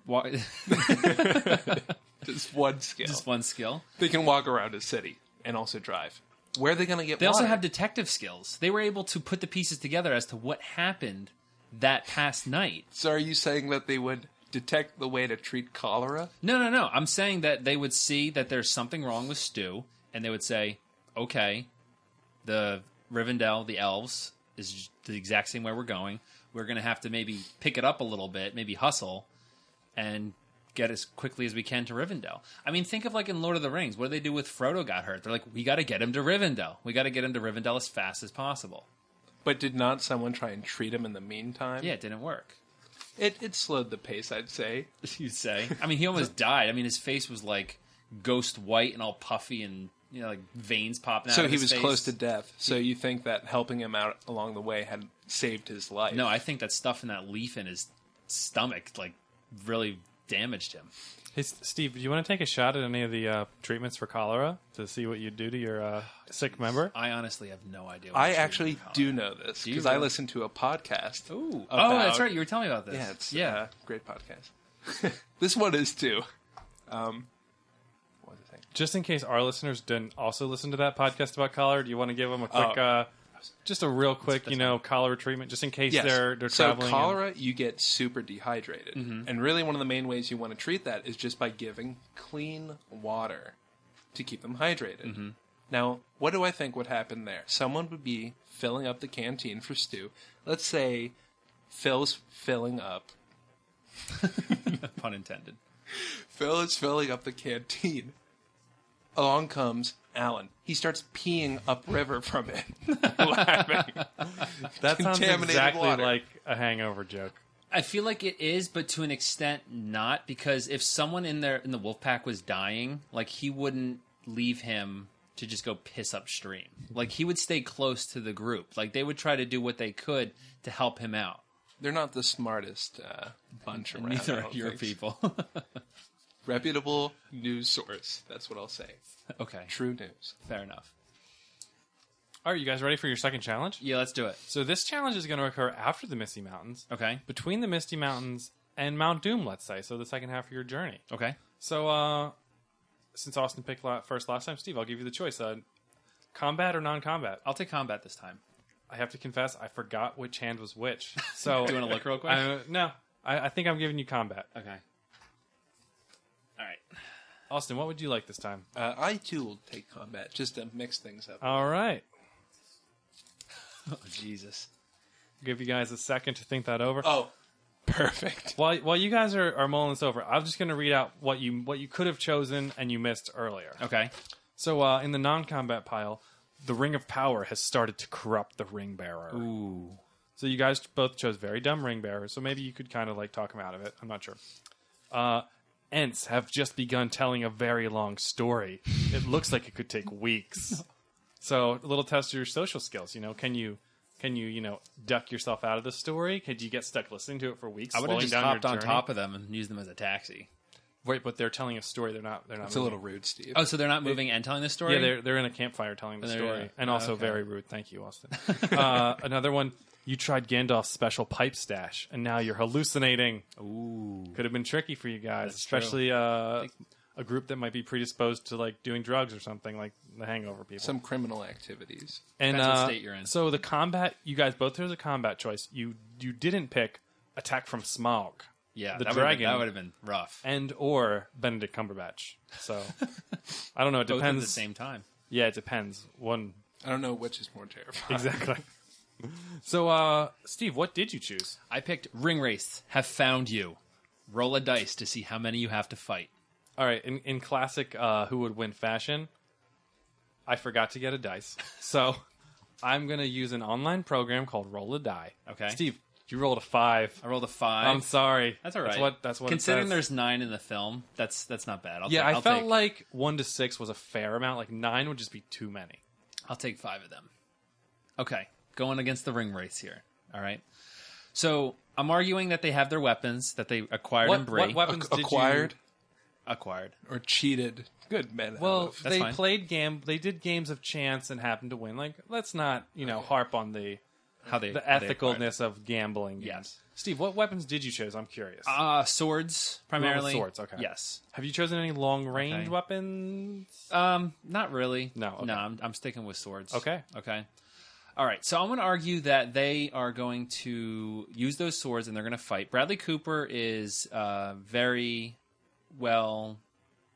[SPEAKER 4] Wa- <laughs>
[SPEAKER 6] Just one skill.
[SPEAKER 4] just one skill.
[SPEAKER 6] They can walk around a city and also drive. Where are they going to get?
[SPEAKER 4] They also
[SPEAKER 6] water?
[SPEAKER 4] have detective skills. They were able to put the pieces together as to what happened that past night.
[SPEAKER 6] So are you saying that they would detect the way to treat cholera?
[SPEAKER 4] No, no, no. I'm saying that they would see that there's something wrong with Stu, and they would say, "Okay, the Rivendell, the elves, is the exact same way we're going. We're going to have to maybe pick it up a little bit, maybe hustle, and get as quickly as we can to Rivendell. I mean, think of like in Lord of the Rings. What do they do with Frodo got hurt? They're like, we got to get him to Rivendell. We got to get him to Rivendell as fast as possible.
[SPEAKER 6] But did not someone try and treat him in the meantime?
[SPEAKER 4] Yeah, it didn't work.
[SPEAKER 6] It, it slowed the pace, I'd say.
[SPEAKER 4] You'd say. I mean, he almost died. I mean, his face was like ghost white and all puffy and. You know, like veins popping out.
[SPEAKER 6] So
[SPEAKER 4] of
[SPEAKER 6] he
[SPEAKER 4] his
[SPEAKER 6] was
[SPEAKER 4] face.
[SPEAKER 6] close to death. So you think that helping him out along the way had saved his life?
[SPEAKER 4] No, I think that stuff in that leaf in his stomach like really damaged him.
[SPEAKER 5] Hey, S- Steve, do you want to take a shot at any of the uh, treatments for cholera to see what you do to your uh, sick member?
[SPEAKER 4] I honestly have no idea. What
[SPEAKER 6] I
[SPEAKER 4] the
[SPEAKER 6] actually
[SPEAKER 4] treatment
[SPEAKER 6] do know this
[SPEAKER 4] you
[SPEAKER 6] because I
[SPEAKER 4] really?
[SPEAKER 6] listened to a podcast.
[SPEAKER 4] color- Ooh. oh,
[SPEAKER 6] about-
[SPEAKER 4] that's right. You were telling me about this.
[SPEAKER 6] Yeah, it's
[SPEAKER 4] yeah.
[SPEAKER 6] uh, great podcast. <laughs> this one is too. Um, what was I saying?
[SPEAKER 5] Just in case our listeners didn't also listen to that podcast about cholera, do you want to give them a quick,
[SPEAKER 6] Oh.
[SPEAKER 5] uh, just a real quick, you know, cholera treatment, just in case
[SPEAKER 6] Yes.
[SPEAKER 5] they're they're
[SPEAKER 6] so
[SPEAKER 5] traveling? and- <laughs> Mm-hmm.
[SPEAKER 6] cholera, <laughs> you get super dehydrated, and really one of the main ways you want to treat that is just by giving clean water to keep them hydrated.
[SPEAKER 5] Mm-hmm.
[SPEAKER 6] Now, what do I think would happen there? Someone would be filling up the canteen for stew. Let's say Phil's filling up. uh,
[SPEAKER 4] <laughs> Pun intended.
[SPEAKER 6] Phil is filling up the canteen. <laughs> Along comes Alan. He starts peeing upriver from it.
[SPEAKER 5] that sounds
[SPEAKER 6] contaminated
[SPEAKER 5] exactly
[SPEAKER 6] water.
[SPEAKER 5] like a hangover joke.
[SPEAKER 4] I feel like it is, but to an extent not, because if someone in there in the wolf pack was dying, like he wouldn't leave him to just go piss upstream. Like he would stay close to the group. Like they would try to do what they could to help him out.
[SPEAKER 6] They're not the smartest uh, bunch around. I
[SPEAKER 4] Neither
[SPEAKER 6] don't
[SPEAKER 4] are your
[SPEAKER 6] think.
[SPEAKER 4] people. <laughs>
[SPEAKER 6] reputable news source. That's what I'll say.
[SPEAKER 4] okay.
[SPEAKER 6] True news.
[SPEAKER 4] Fair enough.
[SPEAKER 5] All right, you guys ready for your second challenge?
[SPEAKER 4] Yeah, let's do it.
[SPEAKER 5] So this challenge is going to occur after the Misty Mountains.
[SPEAKER 4] Okay.
[SPEAKER 5] Between the Misty Mountains and Mount Doom, let's say. So the second half of your journey.
[SPEAKER 4] Okay.
[SPEAKER 5] So uh, since Austin picked la- first last time, Steve, I'll give you the choice: uh, combat or non-combat.
[SPEAKER 4] I'll take combat this time.
[SPEAKER 5] I have to confess, I forgot which hand was
[SPEAKER 4] <laughs>
[SPEAKER 5] which. So
[SPEAKER 4] Do you wanna look real quick?
[SPEAKER 5] <laughs> I- no, I, I think I'm giving you combat.
[SPEAKER 4] Okay. All right.
[SPEAKER 5] Austin, what would you like this time?
[SPEAKER 6] Uh, I too will take combat just to mix things up.
[SPEAKER 5] All right.
[SPEAKER 6] Oh, Jesus.
[SPEAKER 5] give you guys a second to think that over.
[SPEAKER 6] Oh, perfect.
[SPEAKER 5] While, while you guys are, are mulling this over, I'm just going to read out what you what you could have chosen and you missed earlier.
[SPEAKER 4] Okay.
[SPEAKER 5] So uh, in the non-combat pile, the Ring of Power has started to corrupt the Ring Bearer.
[SPEAKER 4] Ooh.
[SPEAKER 5] So you guys both chose very dumb Ring Bearers. So maybe you could kind of like talk him out of it. I'm not sure. Uh, Ents have just begun telling a very long story. It looks like it
[SPEAKER 4] <laughs>
[SPEAKER 5] could take weeks. So a little test of your social skills. You know, can you can you you know duck yourself out of the story? Could you get stuck listening to it for weeks?
[SPEAKER 4] I would have
[SPEAKER 5] slowing
[SPEAKER 4] just
[SPEAKER 5] down your
[SPEAKER 4] hopped on
[SPEAKER 5] journey?
[SPEAKER 4] top of them and used them as a taxi.
[SPEAKER 5] Wait, but they're telling a story. They're not. They're not.
[SPEAKER 6] It's a
[SPEAKER 5] moving.
[SPEAKER 6] little rude, Steve.
[SPEAKER 4] Oh, so they're not moving and telling this story?
[SPEAKER 5] Yeah, they're they're in a campfire telling the
[SPEAKER 4] They're-
[SPEAKER 5] story,
[SPEAKER 4] yeah.
[SPEAKER 5] and
[SPEAKER 4] Oh,
[SPEAKER 5] also
[SPEAKER 4] okay.
[SPEAKER 5] very rude. Thank you,
[SPEAKER 4] <laughs>
[SPEAKER 5] Austin. uh, another one. You tried Gandalf's special pipe stash, and now you're hallucinating.
[SPEAKER 4] Ooh.
[SPEAKER 5] Could have been tricky for you guys,
[SPEAKER 4] true.
[SPEAKER 5] especially uh, a group that might be predisposed to like doing drugs or something, like the Hangover people.
[SPEAKER 6] Some criminal activities.
[SPEAKER 5] and
[SPEAKER 4] depends what
[SPEAKER 5] uh,
[SPEAKER 4] state you're in.
[SPEAKER 5] so the combat, you guys both chose a combat choice. You you didn't pick attack from smog.
[SPEAKER 4] Yeah,
[SPEAKER 5] the
[SPEAKER 4] that
[SPEAKER 5] dragon
[SPEAKER 4] Would've, that would have been rough.
[SPEAKER 5] and or Benedict Cumberbatch. So I don't know. It
[SPEAKER 4] Both
[SPEAKER 5] depends.
[SPEAKER 4] at the same time.
[SPEAKER 5] Yeah, it depends. One
[SPEAKER 6] I don't know which is more terrifying.
[SPEAKER 5] exactly. <laughs> so, uh, Steve, what did you choose?
[SPEAKER 4] I picked Ring Race, have found you. Roll a dice to see how many you have to fight.
[SPEAKER 5] All right, in, in classic uh, "Who Would Win" fashion, I forgot to get
[SPEAKER 4] <laughs>
[SPEAKER 5] a dice, so I'm gonna use an online program called Roll a Die.
[SPEAKER 4] Okay.
[SPEAKER 5] Steve, you rolled a five.
[SPEAKER 4] I rolled a five.
[SPEAKER 5] I'm sorry.
[SPEAKER 4] That's all right.
[SPEAKER 5] Um, That's what. That's what. it
[SPEAKER 4] Considering
[SPEAKER 5] says.
[SPEAKER 4] there's nine in the film, that's that's not bad. I'll
[SPEAKER 5] Yeah,
[SPEAKER 4] ta-
[SPEAKER 5] I
[SPEAKER 4] I'll
[SPEAKER 5] felt
[SPEAKER 4] take,
[SPEAKER 5] like one to six was a fair amount. Like nine would just be too many.
[SPEAKER 4] I'll take five of them. Okay, going against the ring race here. All right. So I'm arguing that they have their weapons that they acquired in
[SPEAKER 5] What,
[SPEAKER 4] Brie.
[SPEAKER 5] what weapons did you-
[SPEAKER 6] acquired
[SPEAKER 4] acquired.
[SPEAKER 6] or cheated. Good men.
[SPEAKER 5] Well,
[SPEAKER 6] have.
[SPEAKER 4] That's
[SPEAKER 5] they
[SPEAKER 4] fine.
[SPEAKER 5] played game. They did games of chance and happened to win. Like, let's not you know harp on the
[SPEAKER 4] How they
[SPEAKER 5] the
[SPEAKER 4] how they acquired it.
[SPEAKER 5] ethicalness of gambling. Games.
[SPEAKER 4] Yes.
[SPEAKER 5] Steve, what weapons did you choose? I'm curious.
[SPEAKER 4] Uh, swords primarily.
[SPEAKER 5] swords, okay.
[SPEAKER 4] Yes.
[SPEAKER 5] Have you chosen any long range
[SPEAKER 4] Okay.
[SPEAKER 5] weapons?
[SPEAKER 4] Um, not really.
[SPEAKER 5] No, okay.
[SPEAKER 4] no, I'm, I'm sticking with swords.
[SPEAKER 5] Okay.
[SPEAKER 4] okay. All right, so I'm going to argue that they are going to use those swords and they're going to fight. Bradley Cooper is uh, very well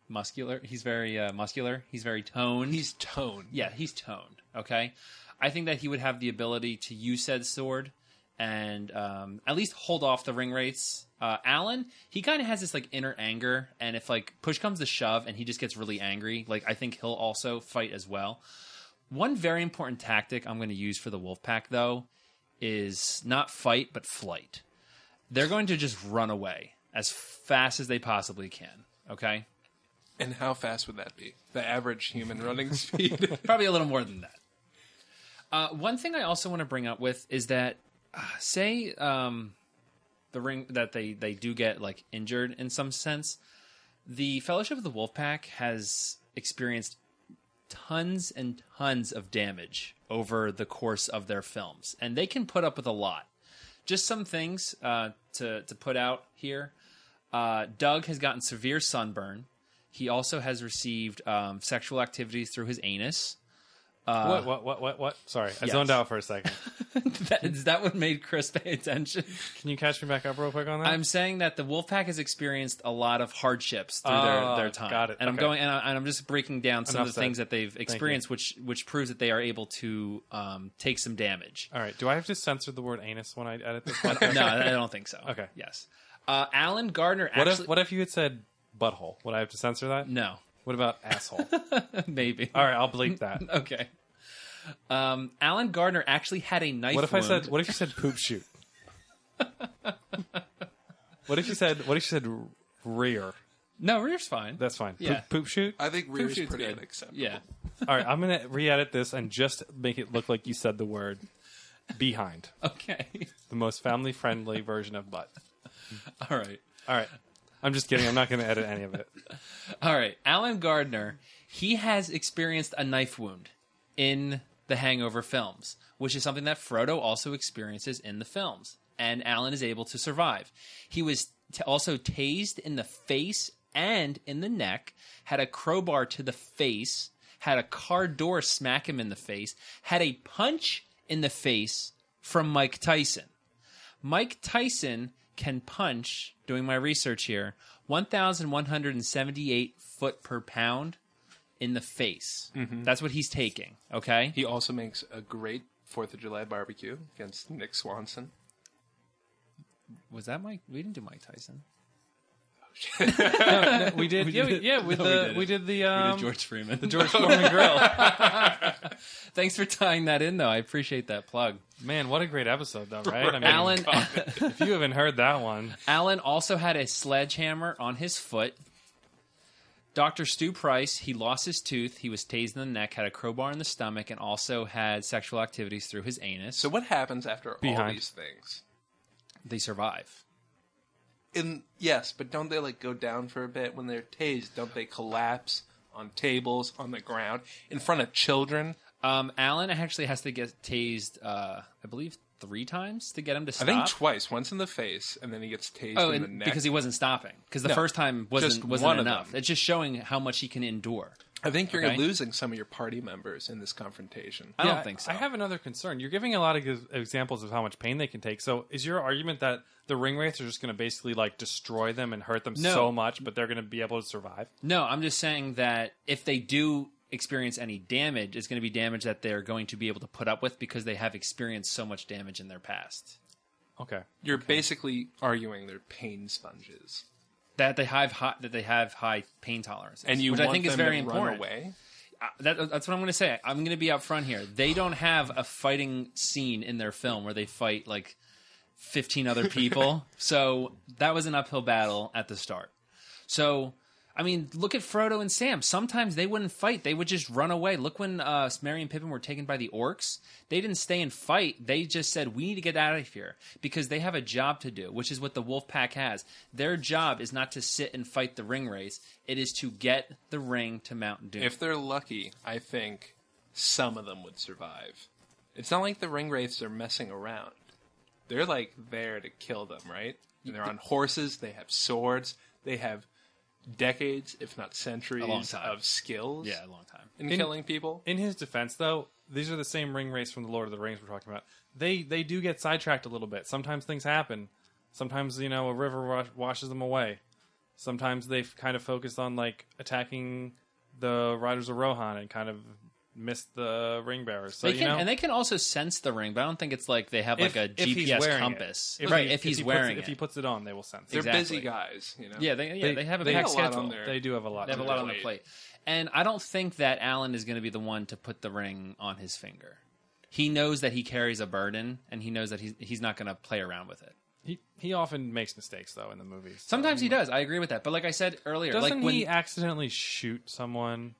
[SPEAKER 4] muscular. He's very uh, muscular. He's very toned.
[SPEAKER 6] he's toned.
[SPEAKER 4] yeah, he's toned. Okay, I think that he would have the ability to use said sword and um, at least hold off the ring rates. Uh, Alan, he kind of has this like inner anger, and if like push comes to shove, and he just gets really angry, like I think he'll also fight as well. One very important tactic I'm going to use for the Wolfpack though is not fight but flight. They're going to just run away as fast as they possibly can. Okay,
[SPEAKER 6] And how fast would that be? The average human running <laughs> speed.
[SPEAKER 5] <laughs>
[SPEAKER 4] <laughs> probably a little more than that. Uh, one thing I also want to bring up with is that uh, say um, the ring that they they do get like injured in some sense. The Fellowship of the Wolfpack has experienced tons and tons of damage over the course of their films, and they can put up with a lot. Just some things uh, to to put out here. Uh, Doug has gotten severe sunburn. He also has received um, sexual activities through his anus.
[SPEAKER 5] what, what? What? What? What? Sorry, I
[SPEAKER 4] Uh, yes.
[SPEAKER 5] zoned out for a
[SPEAKER 4] <laughs>
[SPEAKER 5] second.
[SPEAKER 4] that, is that what made Chris pay attention?
[SPEAKER 5] Can you catch me back up real quick on that?
[SPEAKER 4] I'm saying that the Wolfpack has experienced a lot of hardships through
[SPEAKER 5] Oh,
[SPEAKER 4] their, their time.
[SPEAKER 5] got it.
[SPEAKER 4] And I'm
[SPEAKER 5] Okay.
[SPEAKER 4] going and, I, and I'm just breaking down some
[SPEAKER 5] Enough
[SPEAKER 4] of the things
[SPEAKER 5] said.
[SPEAKER 4] that they've experienced, which which proves that they are able to um, take some
[SPEAKER 5] <laughs>
[SPEAKER 4] damage.
[SPEAKER 5] All right. Do I have to censor the word anus when I
[SPEAKER 4] <laughs>
[SPEAKER 5] edit this?
[SPEAKER 4] no,
[SPEAKER 5] Podcast?
[SPEAKER 4] I don't think so.
[SPEAKER 5] Okay.
[SPEAKER 4] Yes. Uh, Alan Gardner
[SPEAKER 5] What
[SPEAKER 4] actually.
[SPEAKER 5] if? What if you had said butthole? Would I have to censor that?
[SPEAKER 4] no.
[SPEAKER 5] What about
[SPEAKER 4] <laughs>
[SPEAKER 5] asshole?
[SPEAKER 4] Maybe.
[SPEAKER 5] All right, I'll bleep that.
[SPEAKER 4] Okay. Um, Alan Gardner actually had a knife.
[SPEAKER 5] What if I said?
[SPEAKER 4] wound.
[SPEAKER 5] What if you said poop
[SPEAKER 4] <laughs>
[SPEAKER 5] shoot? what if you said? What if you said rear?
[SPEAKER 4] No, rear's fine.
[SPEAKER 5] That's fine.
[SPEAKER 4] Yeah.
[SPEAKER 5] Poop, poop shoot.
[SPEAKER 6] I think rear is
[SPEAKER 4] shoots
[SPEAKER 6] pretty
[SPEAKER 4] good.
[SPEAKER 6] unacceptable.
[SPEAKER 4] yeah.
[SPEAKER 5] All right, I'm gonna re-edit this and just make it look like you said the word behind,
[SPEAKER 4] Okay. <laughs>
[SPEAKER 5] the most family-friendly version of butt.
[SPEAKER 4] All right.
[SPEAKER 5] All right, I'm just kidding. I'm not gonna edit any of it.
[SPEAKER 4] All right, Alan Gardner, he has experienced a knife wound in the Hangover films, which is something that Frodo also experiences in the films. And Alan is able to survive. He was t- also tased in the face and in the neck, had a crowbar to the face, had a car door smack him in the face, had a punch in the face from Mike Tyson. Mike Tyson can punch, doing my research here, 1,178 foot per pound in the face.
[SPEAKER 6] Mhm.
[SPEAKER 4] That's what he's taking, okay?
[SPEAKER 6] He also makes a great Fourth of July barbecue against Nick Swanson.
[SPEAKER 4] Was that Mike? We didn't do Mike Tyson.
[SPEAKER 5] no,
[SPEAKER 4] <laughs>
[SPEAKER 5] we did. yeah, we, yeah, with
[SPEAKER 4] No,
[SPEAKER 5] the
[SPEAKER 4] didn't.
[SPEAKER 5] we did the um,
[SPEAKER 4] we did George Freeman,
[SPEAKER 5] the
[SPEAKER 4] <laughs>
[SPEAKER 5] George Foreman grill.
[SPEAKER 4] Thanks for tying that in, though. I appreciate that plug.
[SPEAKER 5] Man, what a great episode, though, right?
[SPEAKER 4] Alan-
[SPEAKER 5] if you haven't heard that one,
[SPEAKER 4] Allen also had a sledgehammer on his foot. Dr. Stu Price, he lost his tooth. He was tased in the neck, had a crowbar in the stomach, and also had sexual activities through his anus.
[SPEAKER 6] <laughs> So what happens after all
[SPEAKER 4] Behind.
[SPEAKER 6] these things?
[SPEAKER 4] They survive.
[SPEAKER 6] In yes, but don't they like go down for a bit when they're tased? Don't they collapse on tables on the ground in front of children?
[SPEAKER 4] Um, Alan actually has to get tased, uh, I believe, three times to get him to
[SPEAKER 6] I
[SPEAKER 4] stop.
[SPEAKER 6] think twice. Once in the face, and then he gets tased
[SPEAKER 4] oh,
[SPEAKER 6] in
[SPEAKER 4] and
[SPEAKER 6] the neck
[SPEAKER 4] because he wasn't stopping. Because the
[SPEAKER 6] No,
[SPEAKER 4] first time
[SPEAKER 6] just
[SPEAKER 4] wasn't,
[SPEAKER 6] one
[SPEAKER 4] wasn't
[SPEAKER 6] of
[SPEAKER 4] enough.
[SPEAKER 6] them.
[SPEAKER 4] It's just showing how much he can endure.
[SPEAKER 6] I think you're
[SPEAKER 4] Okay.
[SPEAKER 6] losing some of your party members in this confrontation.
[SPEAKER 4] I don't think so.
[SPEAKER 5] I have another concern. You're giving a lot of ex- examples of how much pain they can take. So, is your argument that the ring wraiths are just going to basically like destroy them and hurt them
[SPEAKER 4] No.
[SPEAKER 5] so much, but they're going to be able to survive?
[SPEAKER 4] No, I'm just saying that if they do experience any damage, it's going to be damage that they're going to be able to put up with because they have experienced so much damage in their past.
[SPEAKER 5] Okay.
[SPEAKER 6] You're basically arguing they're pain sponges,
[SPEAKER 4] That they have high, that they have high pain tolerances,
[SPEAKER 6] and you
[SPEAKER 4] which
[SPEAKER 6] want
[SPEAKER 4] I think
[SPEAKER 6] them
[SPEAKER 4] is very
[SPEAKER 6] to run
[SPEAKER 4] important.
[SPEAKER 6] away.
[SPEAKER 4] Uh, that- that's what I'm going to say. I'm going to be up front here. They don't have a fighting scene in their film where they fight like 15 other people. so that was an uphill battle at the start. So, I mean, look at Frodo and Sam. Sometimes they wouldn't fight, they would just run away. Look when uh, Mary and Pippin were taken by the orcs. They didn't stay and fight. They just said, we need to get out of here because they have a job to do, which is what the wolf pack has. Their job is not to sit and fight the ring race, it is to get the ring to Mount Doom.
[SPEAKER 6] If they're lucky, I think some of them would survive. It's not like the ring wraiths are messing around. They're like there to kill them, right? And they're on horses, they have swords, they have decades, if not centuries,
[SPEAKER 4] time.
[SPEAKER 6] of skills
[SPEAKER 4] yeah, a long time.
[SPEAKER 6] in, killing people.
[SPEAKER 5] In his defense, though, these are the same ring race from the Lord of the Rings we're talking about. They they do get sidetracked a little bit. Sometimes things happen. Sometimes you know a river wa- washes them away. Sometimes they've kind of focused on like attacking the riders of Rohan and kind of missed the ring bearers. So
[SPEAKER 4] they
[SPEAKER 5] you
[SPEAKER 4] can,
[SPEAKER 5] know,
[SPEAKER 4] and they can also sense the ring, but I don't think it's like they have like a
[SPEAKER 5] he's
[SPEAKER 4] GPS
[SPEAKER 5] wearing it.
[SPEAKER 4] compass,
[SPEAKER 5] If
[SPEAKER 4] right?
[SPEAKER 5] he-
[SPEAKER 4] if he's
[SPEAKER 5] he puts
[SPEAKER 4] wearing
[SPEAKER 5] it, if he puts it on, they will sense.
[SPEAKER 6] They're
[SPEAKER 5] it.
[SPEAKER 6] busy
[SPEAKER 4] exactly.
[SPEAKER 6] guys, you know.
[SPEAKER 4] yeah, they, yeah, they, have a
[SPEAKER 5] they
[SPEAKER 4] packed
[SPEAKER 6] got a lot on
[SPEAKER 4] schedule.
[SPEAKER 6] their-
[SPEAKER 5] They do have a lot.
[SPEAKER 4] They have
[SPEAKER 5] to
[SPEAKER 4] a
[SPEAKER 5] do.
[SPEAKER 4] lot on
[SPEAKER 6] plate.
[SPEAKER 4] their plate, and I don't think that Alan is going to be the one to put the ring on his finger. He knows that he carries a burden, and he knows that he's he's not going to play around with it.
[SPEAKER 5] He he often makes mistakes though in the movies. So
[SPEAKER 4] Sometimes he does. I agree with that, but like I said earlier,
[SPEAKER 5] Doesn't
[SPEAKER 4] like when
[SPEAKER 5] he accidentally shoot someone?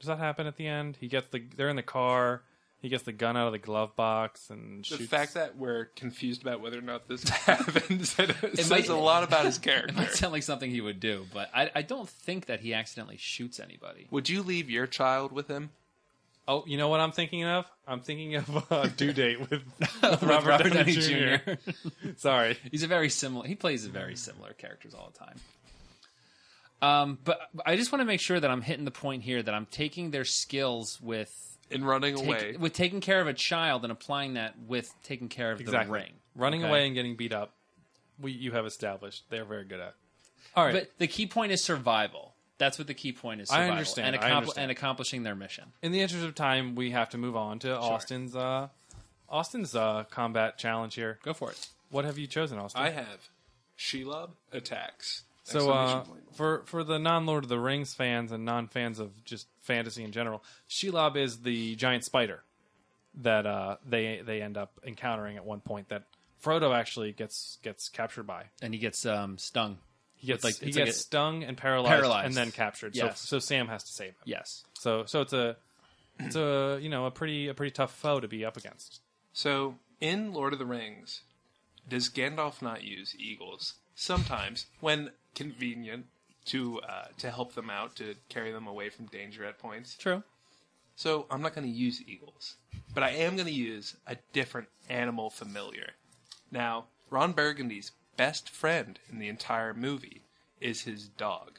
[SPEAKER 5] Does that happen at the end? He gets the they're in the car. He gets the gun out of the glove box and
[SPEAKER 6] The
[SPEAKER 5] shoots.
[SPEAKER 6] fact that we're confused about whether or not
[SPEAKER 4] <laughs>
[SPEAKER 6] this happens <laughs> says
[SPEAKER 4] might-
[SPEAKER 6] a lot about his
[SPEAKER 4] <laughs> <laughs> it might
[SPEAKER 6] character.
[SPEAKER 4] sound like something he would do, but I, I don't think that he accidentally shoots anybody.
[SPEAKER 6] Would you leave your child with him?
[SPEAKER 5] oh, you know what I'm thinking of? I'm thinking
[SPEAKER 4] <laughs>
[SPEAKER 5] of uh, due date with, Robert,
[SPEAKER 4] Robert
[SPEAKER 5] Downey,
[SPEAKER 4] Downey
[SPEAKER 5] Jr. <laughs> Sorry,
[SPEAKER 4] He's a very similar. He plays
[SPEAKER 5] Mm.
[SPEAKER 4] very similar characters all the time. Um, but I just want to make sure that I'm hitting the point here that I'm taking their skills with
[SPEAKER 6] In running
[SPEAKER 4] take-
[SPEAKER 6] away.
[SPEAKER 4] with taking care of a child and applying that with taking care of
[SPEAKER 5] exactly.
[SPEAKER 4] the ring.
[SPEAKER 5] Running
[SPEAKER 4] Okay?
[SPEAKER 5] away and getting beat up. We you have established they're very good at. All right,
[SPEAKER 4] But the key point is survival. That's what the key point is.
[SPEAKER 5] I
[SPEAKER 4] Survival
[SPEAKER 5] understand,
[SPEAKER 4] And,
[SPEAKER 5] I understand.
[SPEAKER 4] and accomplishing their mission.
[SPEAKER 5] in the interest of time, we have to move on to Austin's uh, Austin's uh, combat challenge here.
[SPEAKER 4] Go for it.
[SPEAKER 5] What have you chosen, Austin?
[SPEAKER 6] I have Shelob attacks.
[SPEAKER 5] So uh, for for the non Lord of the Rings fans and non fans of just fantasy in general, Shelob is the giant spider that uh, they they end up encountering at one point that Frodo actually gets gets captured by.
[SPEAKER 4] And he gets um, stung.
[SPEAKER 5] He gets
[SPEAKER 4] like-
[SPEAKER 5] he
[SPEAKER 4] it's
[SPEAKER 5] gets
[SPEAKER 4] like a-
[SPEAKER 5] stung and paralyzed,
[SPEAKER 4] Paralyzed.
[SPEAKER 5] and then captured.
[SPEAKER 4] Yes.
[SPEAKER 5] So so Sam has to save him.
[SPEAKER 4] Yes.
[SPEAKER 5] So so it's a it's a you know a pretty a pretty tough foe to be up against.
[SPEAKER 6] So in Lord of the Rings, does Gandalf not use eagles sometimes when convenient to uh, to help them out to carry them away from danger at points?
[SPEAKER 4] True.
[SPEAKER 6] So I'm not going to use eagles, but I am going to use a different animal familiar. Now, Ron Burgundy's best friend in the entire movie is his dog.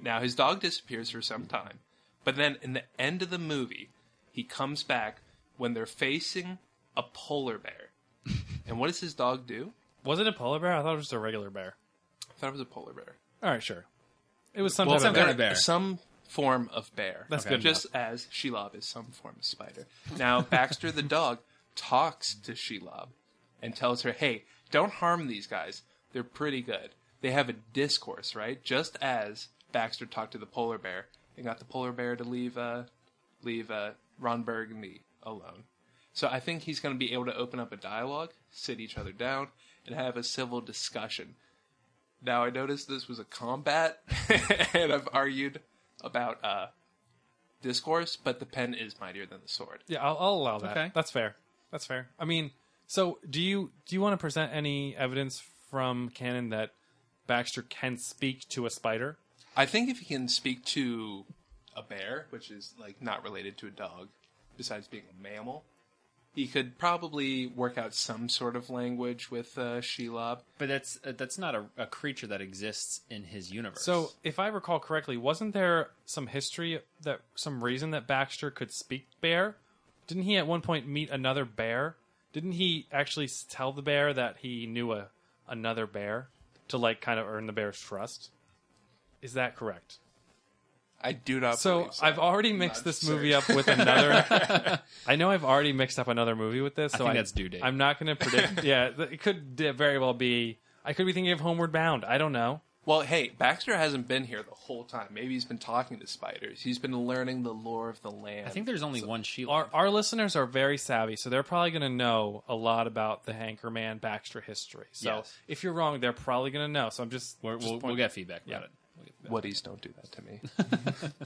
[SPEAKER 6] Now, his dog disappears for some time, but then in the end of the movie, he comes back when they're facing a polar bear. and what does his dog do?
[SPEAKER 5] Was it a polar bear? I thought it was just a regular bear.
[SPEAKER 6] I thought it was a polar bear.
[SPEAKER 5] All right, sure. It was some,
[SPEAKER 6] Well,
[SPEAKER 5] type of bear.
[SPEAKER 6] Some form of bear.
[SPEAKER 5] That's Okay. good
[SPEAKER 6] Just as Shelob is some form of spider. Now, <laughs> Baxter the dog talks to Shelob and tells her, hey, don't harm these guys. They're pretty good. They have a discourse, right? Just as Baxter talked to the polar bear and got the polar bear to leave, uh, leave uh, Ron Burgundy alone. So I think he's going to be able to open up a dialogue, sit each other down, and have a civil discussion. Now I noticed this was a combat, <laughs> and I've argued about uh, discourse, but the pen is mightier than the sword.
[SPEAKER 5] Yeah, I'll, I'll allow that.
[SPEAKER 6] Okay.
[SPEAKER 5] That's fair. That's fair. I mean, so do you do you want to present any evidence from canon that Baxter can speak to a spider?
[SPEAKER 6] I think if he can speak to a bear, which is like not related to a dog, besides being a mammal, he could probably work out some sort of language with uh, Shelob.
[SPEAKER 4] But that's uh, that's not a, a creature that exists in his universe.
[SPEAKER 5] So, if I recall correctly, wasn't there some history that some reason that Baxter could speak bear? Didn't he at one point meet another bear? Didn't he actually s- tell the bear that he knew a another bear to like kind of earn the bear's trust? Is that correct?
[SPEAKER 6] I do not.
[SPEAKER 5] So
[SPEAKER 6] believe
[SPEAKER 5] I've already mixed this movie up
[SPEAKER 4] <laughs>
[SPEAKER 5] with another. <laughs> I know I've already mixed up another movie with this.
[SPEAKER 4] I
[SPEAKER 5] So
[SPEAKER 4] think that's due date.
[SPEAKER 5] I'm not
[SPEAKER 4] <laughs>
[SPEAKER 5] going to predict. yeah, th- it could d- very well be. I could be thinking of Homeward Bound. I don't know.
[SPEAKER 6] Well, hey, Baxter hasn't been here the whole time. Maybe he's been talking to spiders. He's been learning the lore of the land.
[SPEAKER 4] I think there's only one she.
[SPEAKER 5] Our, our listeners are very savvy, so they're probably going to know a lot about the Hankerman Baxter history. So
[SPEAKER 4] Yes.
[SPEAKER 5] if you're wrong, they're probably going to know. So I'm just.
[SPEAKER 4] We're,
[SPEAKER 5] just
[SPEAKER 4] we'll, we'll
[SPEAKER 5] pointing-
[SPEAKER 4] get feedback about
[SPEAKER 5] Yeah.
[SPEAKER 4] it. We'll get feedback.
[SPEAKER 6] Woodies don't do that to me. <laughs>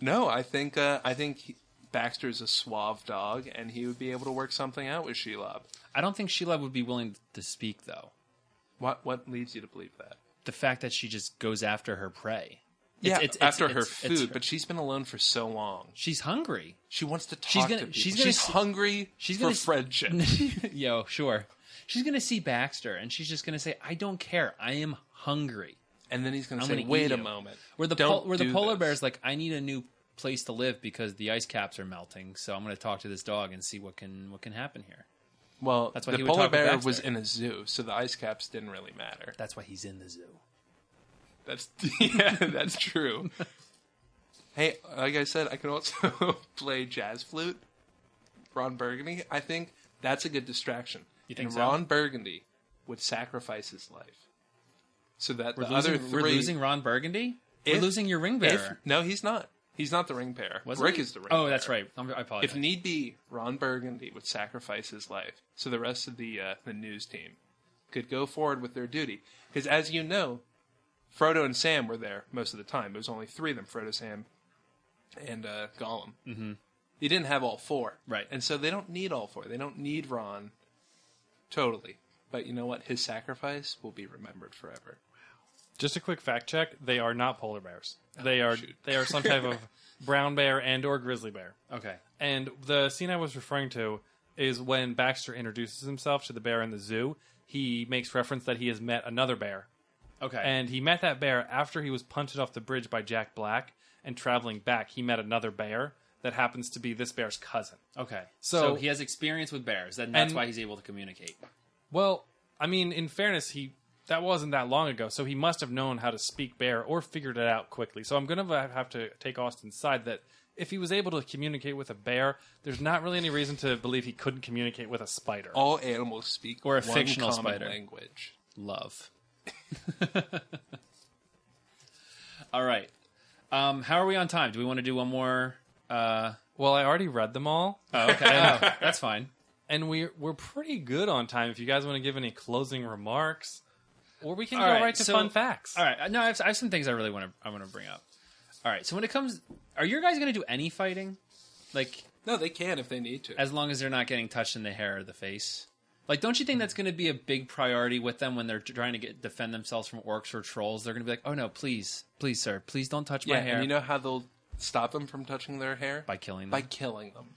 [SPEAKER 6] no, I think uh, I think he- Baxter's a suave dog, and he would be able to work something out with Shelob.
[SPEAKER 4] I don't think Sheila would be willing to speak though.
[SPEAKER 6] What what leads you to believe that?
[SPEAKER 4] The fact that she just goes after her prey.
[SPEAKER 6] Yeah,
[SPEAKER 4] It's- it's-
[SPEAKER 6] after
[SPEAKER 4] it's-
[SPEAKER 6] her
[SPEAKER 4] it's-
[SPEAKER 6] food,
[SPEAKER 4] it's
[SPEAKER 6] but she's been alone for so long.
[SPEAKER 4] she's hungry.
[SPEAKER 6] She wants to talk
[SPEAKER 4] She's
[SPEAKER 6] to
[SPEAKER 4] gonna-
[SPEAKER 6] people.
[SPEAKER 4] she's gonna s-
[SPEAKER 6] hungry.
[SPEAKER 4] She's
[SPEAKER 6] for
[SPEAKER 4] gonna s- <laughs>
[SPEAKER 6] friendship.
[SPEAKER 4] Yo, sure. She's gonna see Baxter, and she's just gonna say, "I don't care. I am hungry."
[SPEAKER 6] and then he's going to
[SPEAKER 4] I'm
[SPEAKER 6] say,
[SPEAKER 4] gonna eat
[SPEAKER 6] "Wait a
[SPEAKER 4] you."
[SPEAKER 6] moment."
[SPEAKER 4] Where the
[SPEAKER 6] Don't
[SPEAKER 4] pol- where the
[SPEAKER 6] do
[SPEAKER 4] polar
[SPEAKER 6] this.
[SPEAKER 4] bear's like, I need a new place to live because the ice caps are melting. So I'm going to talk to this dog and see what can what can happen here.
[SPEAKER 6] Well,
[SPEAKER 4] That's why
[SPEAKER 6] the
[SPEAKER 4] he would
[SPEAKER 6] polar
[SPEAKER 4] talk to
[SPEAKER 6] bear
[SPEAKER 4] Baxter.
[SPEAKER 6] was in a zoo, so the ice caps didn't really matter.
[SPEAKER 4] That's why he's in the zoo.
[SPEAKER 6] That's <laughs> yeah, that's true. hey, like I said, I can also <laughs> play jazz flute. Ron Burgundy, I think that's a good distraction.
[SPEAKER 4] You think
[SPEAKER 6] and
[SPEAKER 4] so?
[SPEAKER 6] Ron Burgundy would sacrifice his life so that
[SPEAKER 4] We're
[SPEAKER 6] the
[SPEAKER 4] losing,
[SPEAKER 6] other 3
[SPEAKER 4] we're losing Ron Burgundy. we're
[SPEAKER 6] If-
[SPEAKER 4] losing your ring bearer.
[SPEAKER 6] If, no, he's not. He's not the ring bearer.
[SPEAKER 4] Wasn't
[SPEAKER 6] Rick
[SPEAKER 4] he?
[SPEAKER 6] is the ring.
[SPEAKER 4] Oh,
[SPEAKER 6] bearer.
[SPEAKER 4] that's right. I'm, I apologize.
[SPEAKER 6] If need be, Ron Burgundy would sacrifice his life so the rest of the uh, the news team could go forward with their duty. Because as you know, Frodo and Sam were there most of the time. There was only three of them: Frodo, Sam, and uh, Gollum. Mm-hmm. They didn't have all four,
[SPEAKER 4] Right.
[SPEAKER 6] And so they don't need all four. They don't need Ron totally. But you know what? His sacrifice will be remembered forever.
[SPEAKER 5] Just a quick fact check: they are not polar bears.
[SPEAKER 4] Oh,
[SPEAKER 5] They are they are
[SPEAKER 4] <laughs>
[SPEAKER 5] some type of brown bear and or grizzly bear.
[SPEAKER 4] okay,
[SPEAKER 5] And the scene I was referring to is when Baxter introduces himself to the bear in the zoo. He makes reference that he has met another bear,
[SPEAKER 4] okay,
[SPEAKER 5] and he met that bear after he was punted off the bridge by Jack Black. And traveling back, he met another bear that happens to be this bear's cousin.
[SPEAKER 4] okay. So,
[SPEAKER 5] So-
[SPEAKER 4] he has experience with bears, and that's
[SPEAKER 5] And-
[SPEAKER 4] why he's able to communicate.
[SPEAKER 5] Well, I mean, in fairness, he that wasn't that long ago, so he must have known how to speak bear or figured it out quickly. So I'm going to have to take Austin's side that if he was able to communicate with a bear, there's not really any reason to believe he couldn't communicate with a spider.
[SPEAKER 6] All animals speak
[SPEAKER 4] Or a
[SPEAKER 6] one
[SPEAKER 4] fictional
[SPEAKER 6] common
[SPEAKER 4] spider.
[SPEAKER 6] language.
[SPEAKER 4] Love. <laughs> all right. Um, how are we on time? Do we want to do one more? Uh,
[SPEAKER 5] Well, I already read them all,
[SPEAKER 4] oh, okay, Oh, that's fine.
[SPEAKER 5] and we we're pretty good on time. If you guys want to give any closing remarks, or we can
[SPEAKER 4] All
[SPEAKER 5] go
[SPEAKER 4] right,
[SPEAKER 5] right to
[SPEAKER 4] so-
[SPEAKER 5] fun facts.
[SPEAKER 4] All right. No, I have, I have some things I really want to I want to bring up. All right. So when it comes, are your guys going to do any fighting? Like
[SPEAKER 6] No, they can if they need to.
[SPEAKER 4] as long as they're not getting touched in the hair or the face. Like, don't you think that's going to be a big priority with them when they're trying to get defend themselves from orcs or trolls? They're going to be like, "Oh no, please, please, sir, please don't touch my
[SPEAKER 6] yeah,
[SPEAKER 4] hair."
[SPEAKER 6] and you know how they'll stop them from touching their hair
[SPEAKER 4] by killing them.
[SPEAKER 6] by killing them.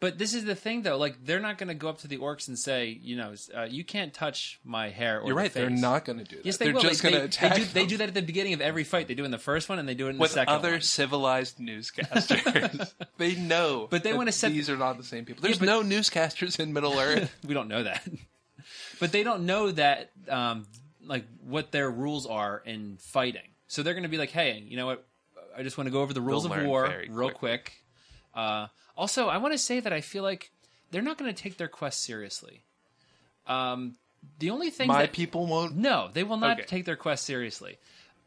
[SPEAKER 4] But this is the thing, though. Like, they're not going to go up to the orcs and say, you know, uh, you can't touch my hair. Or
[SPEAKER 6] You're
[SPEAKER 4] the
[SPEAKER 6] right, they're
[SPEAKER 4] face.
[SPEAKER 6] not gonna do that.
[SPEAKER 4] Yes, they
[SPEAKER 6] They're
[SPEAKER 4] will.
[SPEAKER 6] just
[SPEAKER 4] they,
[SPEAKER 6] gonna
[SPEAKER 4] they-
[SPEAKER 6] attack
[SPEAKER 4] They do, they
[SPEAKER 6] them.
[SPEAKER 4] do that at the beginning of every fight. They do it in the first one, and they do it in
[SPEAKER 6] With
[SPEAKER 4] the second.
[SPEAKER 6] other
[SPEAKER 4] one. <laughs>
[SPEAKER 6] civilized newscasters, they know.
[SPEAKER 4] But they
[SPEAKER 6] that
[SPEAKER 4] wanna set-
[SPEAKER 6] these are not the same people. There's
[SPEAKER 4] but-
[SPEAKER 6] no newscasters in Middle
[SPEAKER 4] <laughs>
[SPEAKER 6] Earth.
[SPEAKER 4] we don't know that, but they don't know that, um, like what their rules are in fighting. So they're going to be like, hey, you know what? I just want to go over the rules of
[SPEAKER 6] learn
[SPEAKER 4] war
[SPEAKER 6] very
[SPEAKER 4] real quick. Uh, also, I want to say that I feel like they're not going to take their quest seriously. Um, the only thing
[SPEAKER 6] My
[SPEAKER 4] that,
[SPEAKER 6] people won't.
[SPEAKER 4] No, they will not
[SPEAKER 6] Okay.
[SPEAKER 4] take their quest seriously.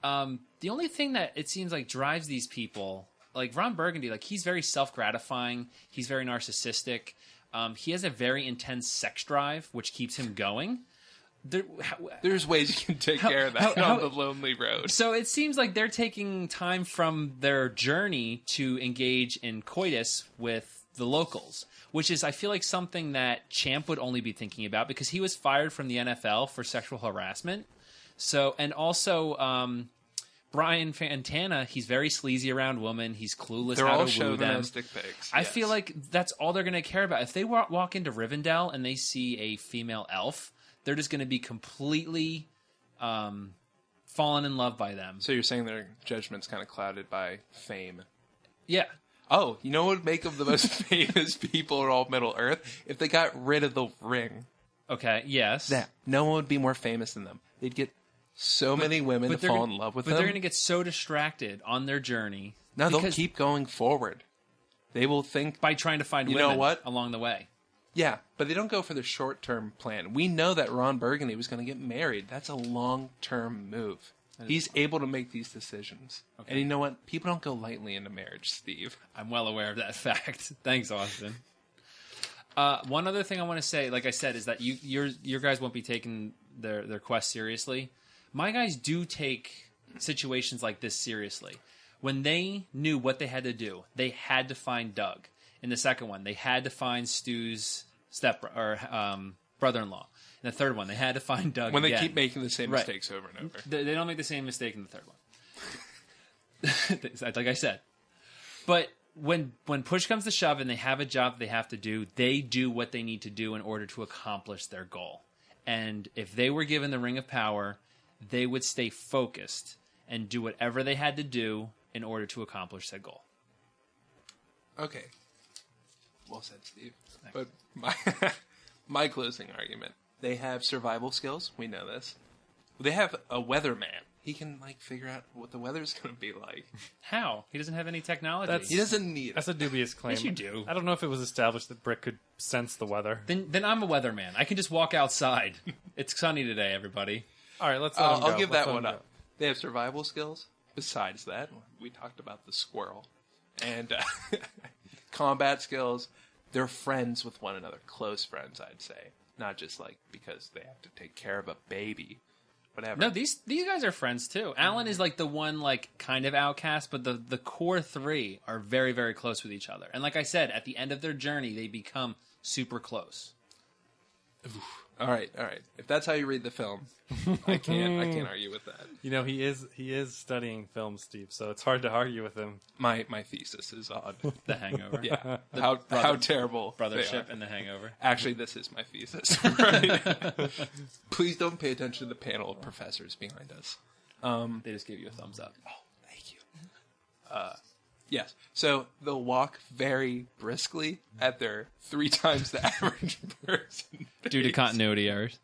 [SPEAKER 4] Um, the only thing that it seems like drives these people, like Ron Burgundy, like he's very self gratifying. He's very narcissistic. Um, he has a very intense sex drive, which keeps him going. There, how,
[SPEAKER 6] There's ways you can take care of that
[SPEAKER 4] how-
[SPEAKER 6] on
[SPEAKER 4] how-
[SPEAKER 6] the lonely road.
[SPEAKER 4] so it seems like they're taking time from their journey to engage in coitus with the locals, which is, I feel like, something that Champ would only be thinking about because he was fired from the NFL for sexual harassment. So, and also, um, Brian Fantana, he's very sleazy around women. He's clueless
[SPEAKER 6] They're
[SPEAKER 4] how
[SPEAKER 6] all
[SPEAKER 4] to woo them.
[SPEAKER 6] chauvinistic pigs.
[SPEAKER 4] I
[SPEAKER 6] yes.
[SPEAKER 4] feel like that's all they're going to care about. If they wa- walk into Rivendell and they see a female elf, they're just going to be completely um, fallen in love by them.
[SPEAKER 6] So you're saying their judgment's kind of clouded by fame.
[SPEAKER 4] Yeah.
[SPEAKER 6] Oh, you know what would make them the most <laughs> famous people in all Middle Earth? If they got rid of the ring.
[SPEAKER 4] Okay. Yes.
[SPEAKER 6] That no one would be more famous than them. They'd get so many women to
[SPEAKER 4] they're
[SPEAKER 6] fall
[SPEAKER 4] gonna-
[SPEAKER 6] in love with
[SPEAKER 4] but
[SPEAKER 6] them.
[SPEAKER 4] they're going to get so distracted on their journey.
[SPEAKER 6] no, they'll
[SPEAKER 4] because-
[SPEAKER 6] keep going forward. They will think
[SPEAKER 4] by trying to find
[SPEAKER 6] You know
[SPEAKER 4] women
[SPEAKER 6] what?
[SPEAKER 4] along the way.
[SPEAKER 6] Yeah, but they don't go for the short term plan. We know that Ron Burgundy was going to get married. That's a long term move. He's able to make these decisions. And you know what? People don't go lightly into marriage, Steve.
[SPEAKER 4] I'm well aware of that <laughs> fact. Thanks, Austin. Uh, one other thing I want to say, like I said, is that you your your guys won't be taking their their quest seriously. My guys do take situations like this seriously. When they knew what they had to do, they had to find Doug. In the second one, they had to find Stu's step or um, brother-in-law. In the third one, they had to find Doug.
[SPEAKER 6] When they
[SPEAKER 4] again.
[SPEAKER 6] keep making the same
[SPEAKER 4] Right.
[SPEAKER 6] mistakes over and over.
[SPEAKER 4] They, they don't make the same mistake in the third one. <laughs> like I said, but when when push comes to shove and they have a job they have to do, they do what they need to do in order to accomplish their goal. And if they were given the ring of power, they would stay focused and do whatever they had to do in order to accomplish that goal.
[SPEAKER 6] Okay. Well said, Steve. But my, <laughs> my closing argument they have survival skills. We know this. They have a weatherman. He can, like, figure out what the weather's <laughs> going to be like.
[SPEAKER 4] How? He doesn't have any technology.
[SPEAKER 5] That's-
[SPEAKER 6] He doesn't need it.
[SPEAKER 5] That's a dubious claim.
[SPEAKER 4] Yes, you do.
[SPEAKER 5] I don't know if it was established that Brick could sense the weather.
[SPEAKER 4] Then, then I'm a weatherman. I can just walk outside. <laughs> it's sunny today, everybody.
[SPEAKER 5] All right, let's. Let
[SPEAKER 6] Uh,
[SPEAKER 5] him
[SPEAKER 6] I'll
[SPEAKER 5] go.
[SPEAKER 6] give
[SPEAKER 5] Let's
[SPEAKER 6] that
[SPEAKER 5] let
[SPEAKER 6] one
[SPEAKER 5] him
[SPEAKER 6] up. They have survival skills. Besides that, we talked about the squirrel and uh, <laughs> combat skills. They're friends with one another, close friends, I'd say. Not just like because they have to take care of a baby, whatever.
[SPEAKER 4] No, these these guys are friends too. Alan is like the one like kind of outcast, but the the core three are very very close with each other. And like I said, at the end of their journey, they become super close.
[SPEAKER 6] all right, all right. If that's how you read the film, I can't. I can't argue with that.
[SPEAKER 5] You know, he is he is studying film, Steve. So it's hard to argue with him.
[SPEAKER 6] My my thesis is on
[SPEAKER 4] The Hangover,
[SPEAKER 6] <laughs> yeah how how terrible they are.
[SPEAKER 4] brothership, and the Hangover.
[SPEAKER 6] Actually, this is my thesis. <laughs> Please don't pay attention to the panel of professors behind us.
[SPEAKER 4] They just gave you a thumbs up.
[SPEAKER 6] Oh, Thank you. Uh, yes. So they'll walk very briskly at their three times the <laughs> average person.
[SPEAKER 4] Due to continuity errors,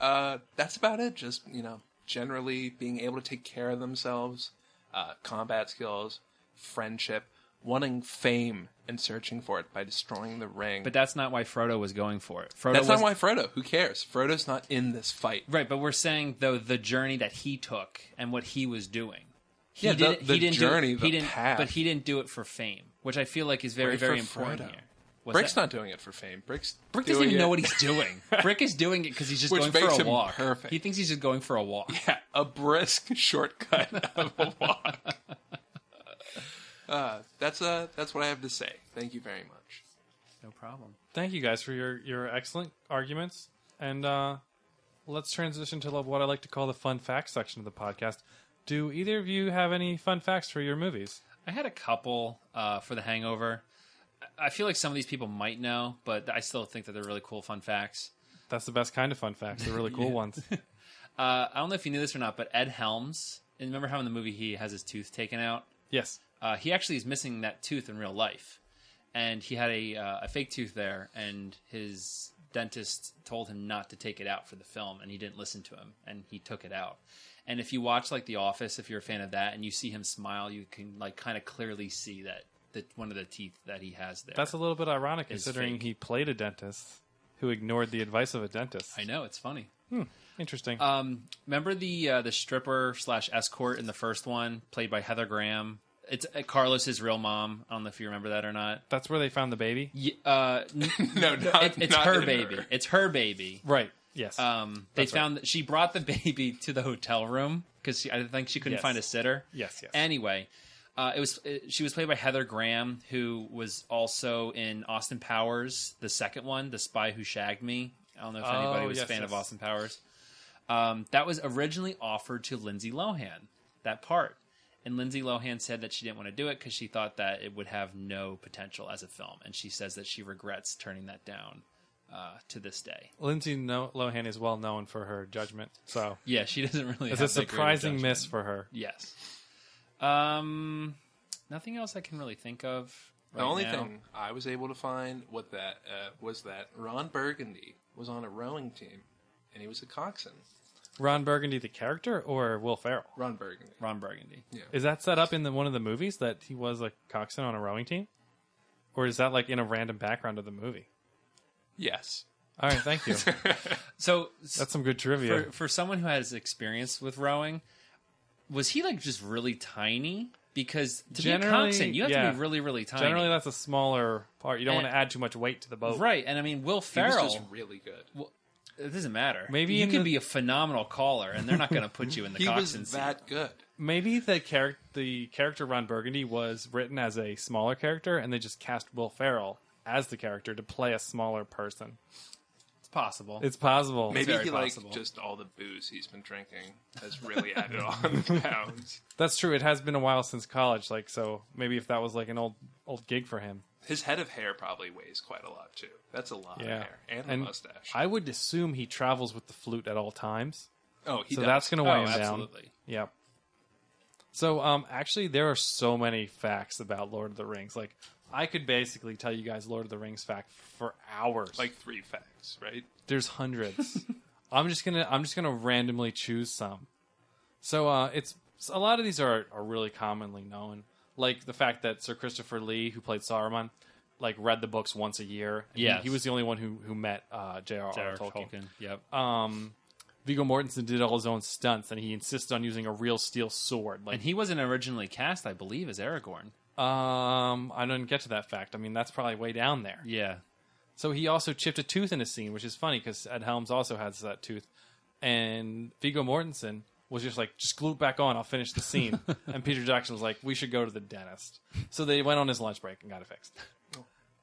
[SPEAKER 6] Uh, that's about it. Just, you know, generally being able to take care of themselves, uh, combat skills, friendship, wanting fame and searching for it by destroying the ring.
[SPEAKER 4] but that's not why Frodo was going for it. Frodo
[SPEAKER 6] that's
[SPEAKER 4] was,
[SPEAKER 6] not why Frodo. Who cares? Frodo's not in this fight.
[SPEAKER 4] right? But we're saying though the journey that he took and what he was doing. He
[SPEAKER 6] Yeah, the-
[SPEAKER 4] did,
[SPEAKER 6] the
[SPEAKER 4] he didn't
[SPEAKER 6] journey,
[SPEAKER 4] do it,
[SPEAKER 6] the
[SPEAKER 4] he didn't,
[SPEAKER 6] path.
[SPEAKER 4] but he didn't do it for fame, which I feel like is very
[SPEAKER 6] Pray for
[SPEAKER 4] very important
[SPEAKER 6] Frodo.
[SPEAKER 4] here. What's
[SPEAKER 6] Brick's
[SPEAKER 4] that?
[SPEAKER 6] not doing it for fame. Brick's
[SPEAKER 4] Brick doesn't even
[SPEAKER 6] doing
[SPEAKER 4] know
[SPEAKER 6] it-
[SPEAKER 4] what he's doing. Brick is doing it because he's just
[SPEAKER 6] Which
[SPEAKER 4] going for
[SPEAKER 6] makes
[SPEAKER 4] a
[SPEAKER 6] him
[SPEAKER 4] walk.
[SPEAKER 6] perfect.
[SPEAKER 4] He thinks he's just going for a walk.
[SPEAKER 6] <laughs> Yeah, a brisk <laughs> shortcut of a walk.
[SPEAKER 4] <laughs>
[SPEAKER 6] uh, that's uh, that's what I have to say. Thank you very much.
[SPEAKER 4] <laughs> No problem.
[SPEAKER 5] Thank you guys for your your excellent arguments, and uh, let's transition to what I like to call the fun facts section of the podcast. Do either of you have any fun facts for your movies?
[SPEAKER 4] I had a couple uh, for The Hangover. I I feel like some of these people might know, but I still think that they're really cool fun facts.
[SPEAKER 5] That's the best kind of fun facts. They're really cool
[SPEAKER 6] <laughs>
[SPEAKER 4] Yeah.
[SPEAKER 5] ones.
[SPEAKER 4] Uh, I don't know if you knew this or not, but Ed Helms, and remember how in the movie he has his tooth taken out?
[SPEAKER 5] Yes.
[SPEAKER 4] Uh, he actually is missing that tooth in real life. And he had a, uh, a fake tooth there, and his dentist told him not to take it out for the film, and he didn't listen to him, and he took it out. And if you watch like The Office, if you're a fan of that, and you see him smile, you can like kind of clearly see that that one of the teeth that he has there.
[SPEAKER 5] That's a little bit ironic
[SPEAKER 4] It's
[SPEAKER 5] considering
[SPEAKER 4] fake.
[SPEAKER 5] he played a dentist who ignored the advice of a dentist.
[SPEAKER 4] I know it's funny.
[SPEAKER 5] Hmm, interesting.
[SPEAKER 4] Um, remember the uh, the stripper slash escort in the first one, played by Heather Graham. It's uh, Carlos's real mom. I don't know if you remember that or not.
[SPEAKER 5] That's where they found the baby.
[SPEAKER 4] Yeah, uh, n-
[SPEAKER 6] <laughs>
[SPEAKER 5] No, not-
[SPEAKER 4] it- it's
[SPEAKER 5] not
[SPEAKER 4] her
[SPEAKER 5] in
[SPEAKER 4] baby.
[SPEAKER 5] her.
[SPEAKER 4] It's her baby.
[SPEAKER 5] Right. Yes.
[SPEAKER 4] Um, they
[SPEAKER 5] That's right.
[SPEAKER 4] found that she brought the <laughs> baby to the hotel room because I think she couldn't
[SPEAKER 5] Yes.
[SPEAKER 4] find a sitter.
[SPEAKER 5] Yes, yes.
[SPEAKER 4] Anyway, uh, it was it, she was played by Heather Graham, who was also in Austin Powers, the second one, the Spy Who Shagged Me. I don't know if
[SPEAKER 5] Oh,
[SPEAKER 4] anybody was
[SPEAKER 5] yes,
[SPEAKER 4] a fan of
[SPEAKER 5] yes.
[SPEAKER 4] Austin Powers. Um, that was originally offered to Lindsay Lohan, that part. And Lindsay Lohan said that she didn't want to do it because she thought that it would have no potential as a film. And she says that she regrets turning that down uh, to this day.
[SPEAKER 5] Lindsay no- Lohan is well known for her judgment, so
[SPEAKER 4] Yeah, she <laughs> doesn't really
[SPEAKER 5] It's
[SPEAKER 4] have that
[SPEAKER 5] a
[SPEAKER 4] great of
[SPEAKER 5] surprising
[SPEAKER 4] judgment.
[SPEAKER 5] miss for her.
[SPEAKER 4] Yes. Um, nothing else I can really think of.
[SPEAKER 6] The
[SPEAKER 4] right
[SPEAKER 6] only
[SPEAKER 4] now.
[SPEAKER 6] thing I was able to find what that uh, was that Ron Burgundy was on a rowing team, and he was a coxswain.
[SPEAKER 5] Ron Burgundy, the character, or Will Ferrell?
[SPEAKER 6] Ron Burgundy.
[SPEAKER 4] Ron Burgundy.
[SPEAKER 6] Yeah.
[SPEAKER 5] Is that set up in the, one of the movies that he was a coxswain on a rowing team, or is that like in a random background of the movie?
[SPEAKER 6] Yes.
[SPEAKER 5] All right,
[SPEAKER 4] <laughs>
[SPEAKER 5] thank you.
[SPEAKER 4] So
[SPEAKER 5] That's some good trivia.
[SPEAKER 4] for, for someone who has experience with rowing. Was he like just really tiny? Because to be a
[SPEAKER 5] Generally,
[SPEAKER 4] coxswain, you have to
[SPEAKER 5] yeah.
[SPEAKER 4] be really, really tiny.
[SPEAKER 5] Generally, that's a smaller part. You don't
[SPEAKER 4] And-
[SPEAKER 5] want to add too much weight to the boat,
[SPEAKER 4] right? And I mean, Will
[SPEAKER 6] He was
[SPEAKER 4] Ferrell.
[SPEAKER 6] just really good.
[SPEAKER 4] it doesn't matter.
[SPEAKER 5] Maybe
[SPEAKER 4] you
[SPEAKER 5] in
[SPEAKER 4] can
[SPEAKER 5] the-
[SPEAKER 4] be a phenomenal caller, and they're not going to put you in the
[SPEAKER 6] <laughs> he was
[SPEAKER 4] coxswain seat.
[SPEAKER 6] that good.
[SPEAKER 5] Maybe the character, the character Ron Burgundy, was written as a smaller character, and they just cast Will Ferrell as the character to play a smaller person.
[SPEAKER 4] It's possible.
[SPEAKER 5] It's possible.
[SPEAKER 6] Maybe
[SPEAKER 4] very
[SPEAKER 6] he like
[SPEAKER 4] possible.
[SPEAKER 6] just all the booze he's been drinking has really added on the pounds.
[SPEAKER 5] That's true. It has been a while since college, like so. Maybe if that was like an old old gig for him,
[SPEAKER 6] His head of hair probably weighs quite a lot too. That's a lot
[SPEAKER 5] yeah,
[SPEAKER 6] of hair and, a mustache.
[SPEAKER 5] I would assume he travels with the flute at all times,
[SPEAKER 6] oh, he
[SPEAKER 5] so
[SPEAKER 6] does.
[SPEAKER 5] that's going to weigh
[SPEAKER 4] Oh,
[SPEAKER 5] him down.
[SPEAKER 4] absolutely.
[SPEAKER 5] Yeah. So, um, actually, there are so many facts about Lord of the Rings. Like, I could basically tell you guys Lord of the Rings fact for hours.
[SPEAKER 6] like three facts, right?
[SPEAKER 4] <laughs>
[SPEAKER 5] There's hundreds. I'm just gonna I'm just gonna randomly choose some. So uh, it's a lot of these are are really commonly known, like the fact that Sir Christopher Lee, who played Saruman, like read the books once a year. And he-
[SPEAKER 4] Yes.
[SPEAKER 5] he, was the only one who who met uh, J.R.R.
[SPEAKER 4] J.R.R.
[SPEAKER 5] Tolkien.
[SPEAKER 4] Tolkien. Yep.
[SPEAKER 5] Um, Viggo Mortensen did all his own stunts, and he insisted on using a real steel sword. Like,
[SPEAKER 4] and he wasn't originally cast, I believe, as Aragorn.
[SPEAKER 5] um, I didn't get to that fact. I mean, that's probably way down there.
[SPEAKER 4] Yeah.
[SPEAKER 5] So he also chipped a tooth in a scene, which is funny because Ed Helms also has that tooth. And Vigo Mortensen was just like, just glue it back on, I'll finish the scene. and Peter Jackson was like, we should go to the dentist. So they went on his lunch break and got it fixed.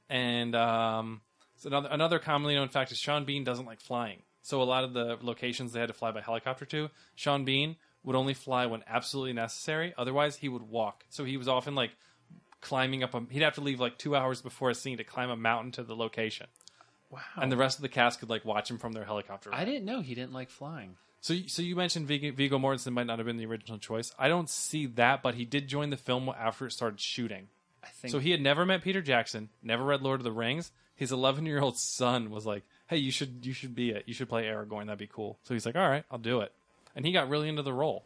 [SPEAKER 5] And um, so another, another commonly known fact is Sean Bean doesn't like flying. So a lot of the locations they had to fly by helicopter to, Sean Bean would only fly when absolutely necessary. Otherwise, he would walk. So he was often like climbing up a he'd have to leave like two hours before a scene to climb a mountain to the location wow and the rest of the cast could like watch him from their helicopter
[SPEAKER 4] I didn't know he didn't like flying.
[SPEAKER 5] so so you mentioned Vig- Viggo Mortensen might not have been the original choice I don't see that but he did join the film after it started shooting
[SPEAKER 4] I think
[SPEAKER 5] so he had never met Peter Jackson never read Lord of the Rings his 11 year old son was like hey you should you should be it you should play Aragorn that'd be cool so he's like all right I'll do it and he got really into the role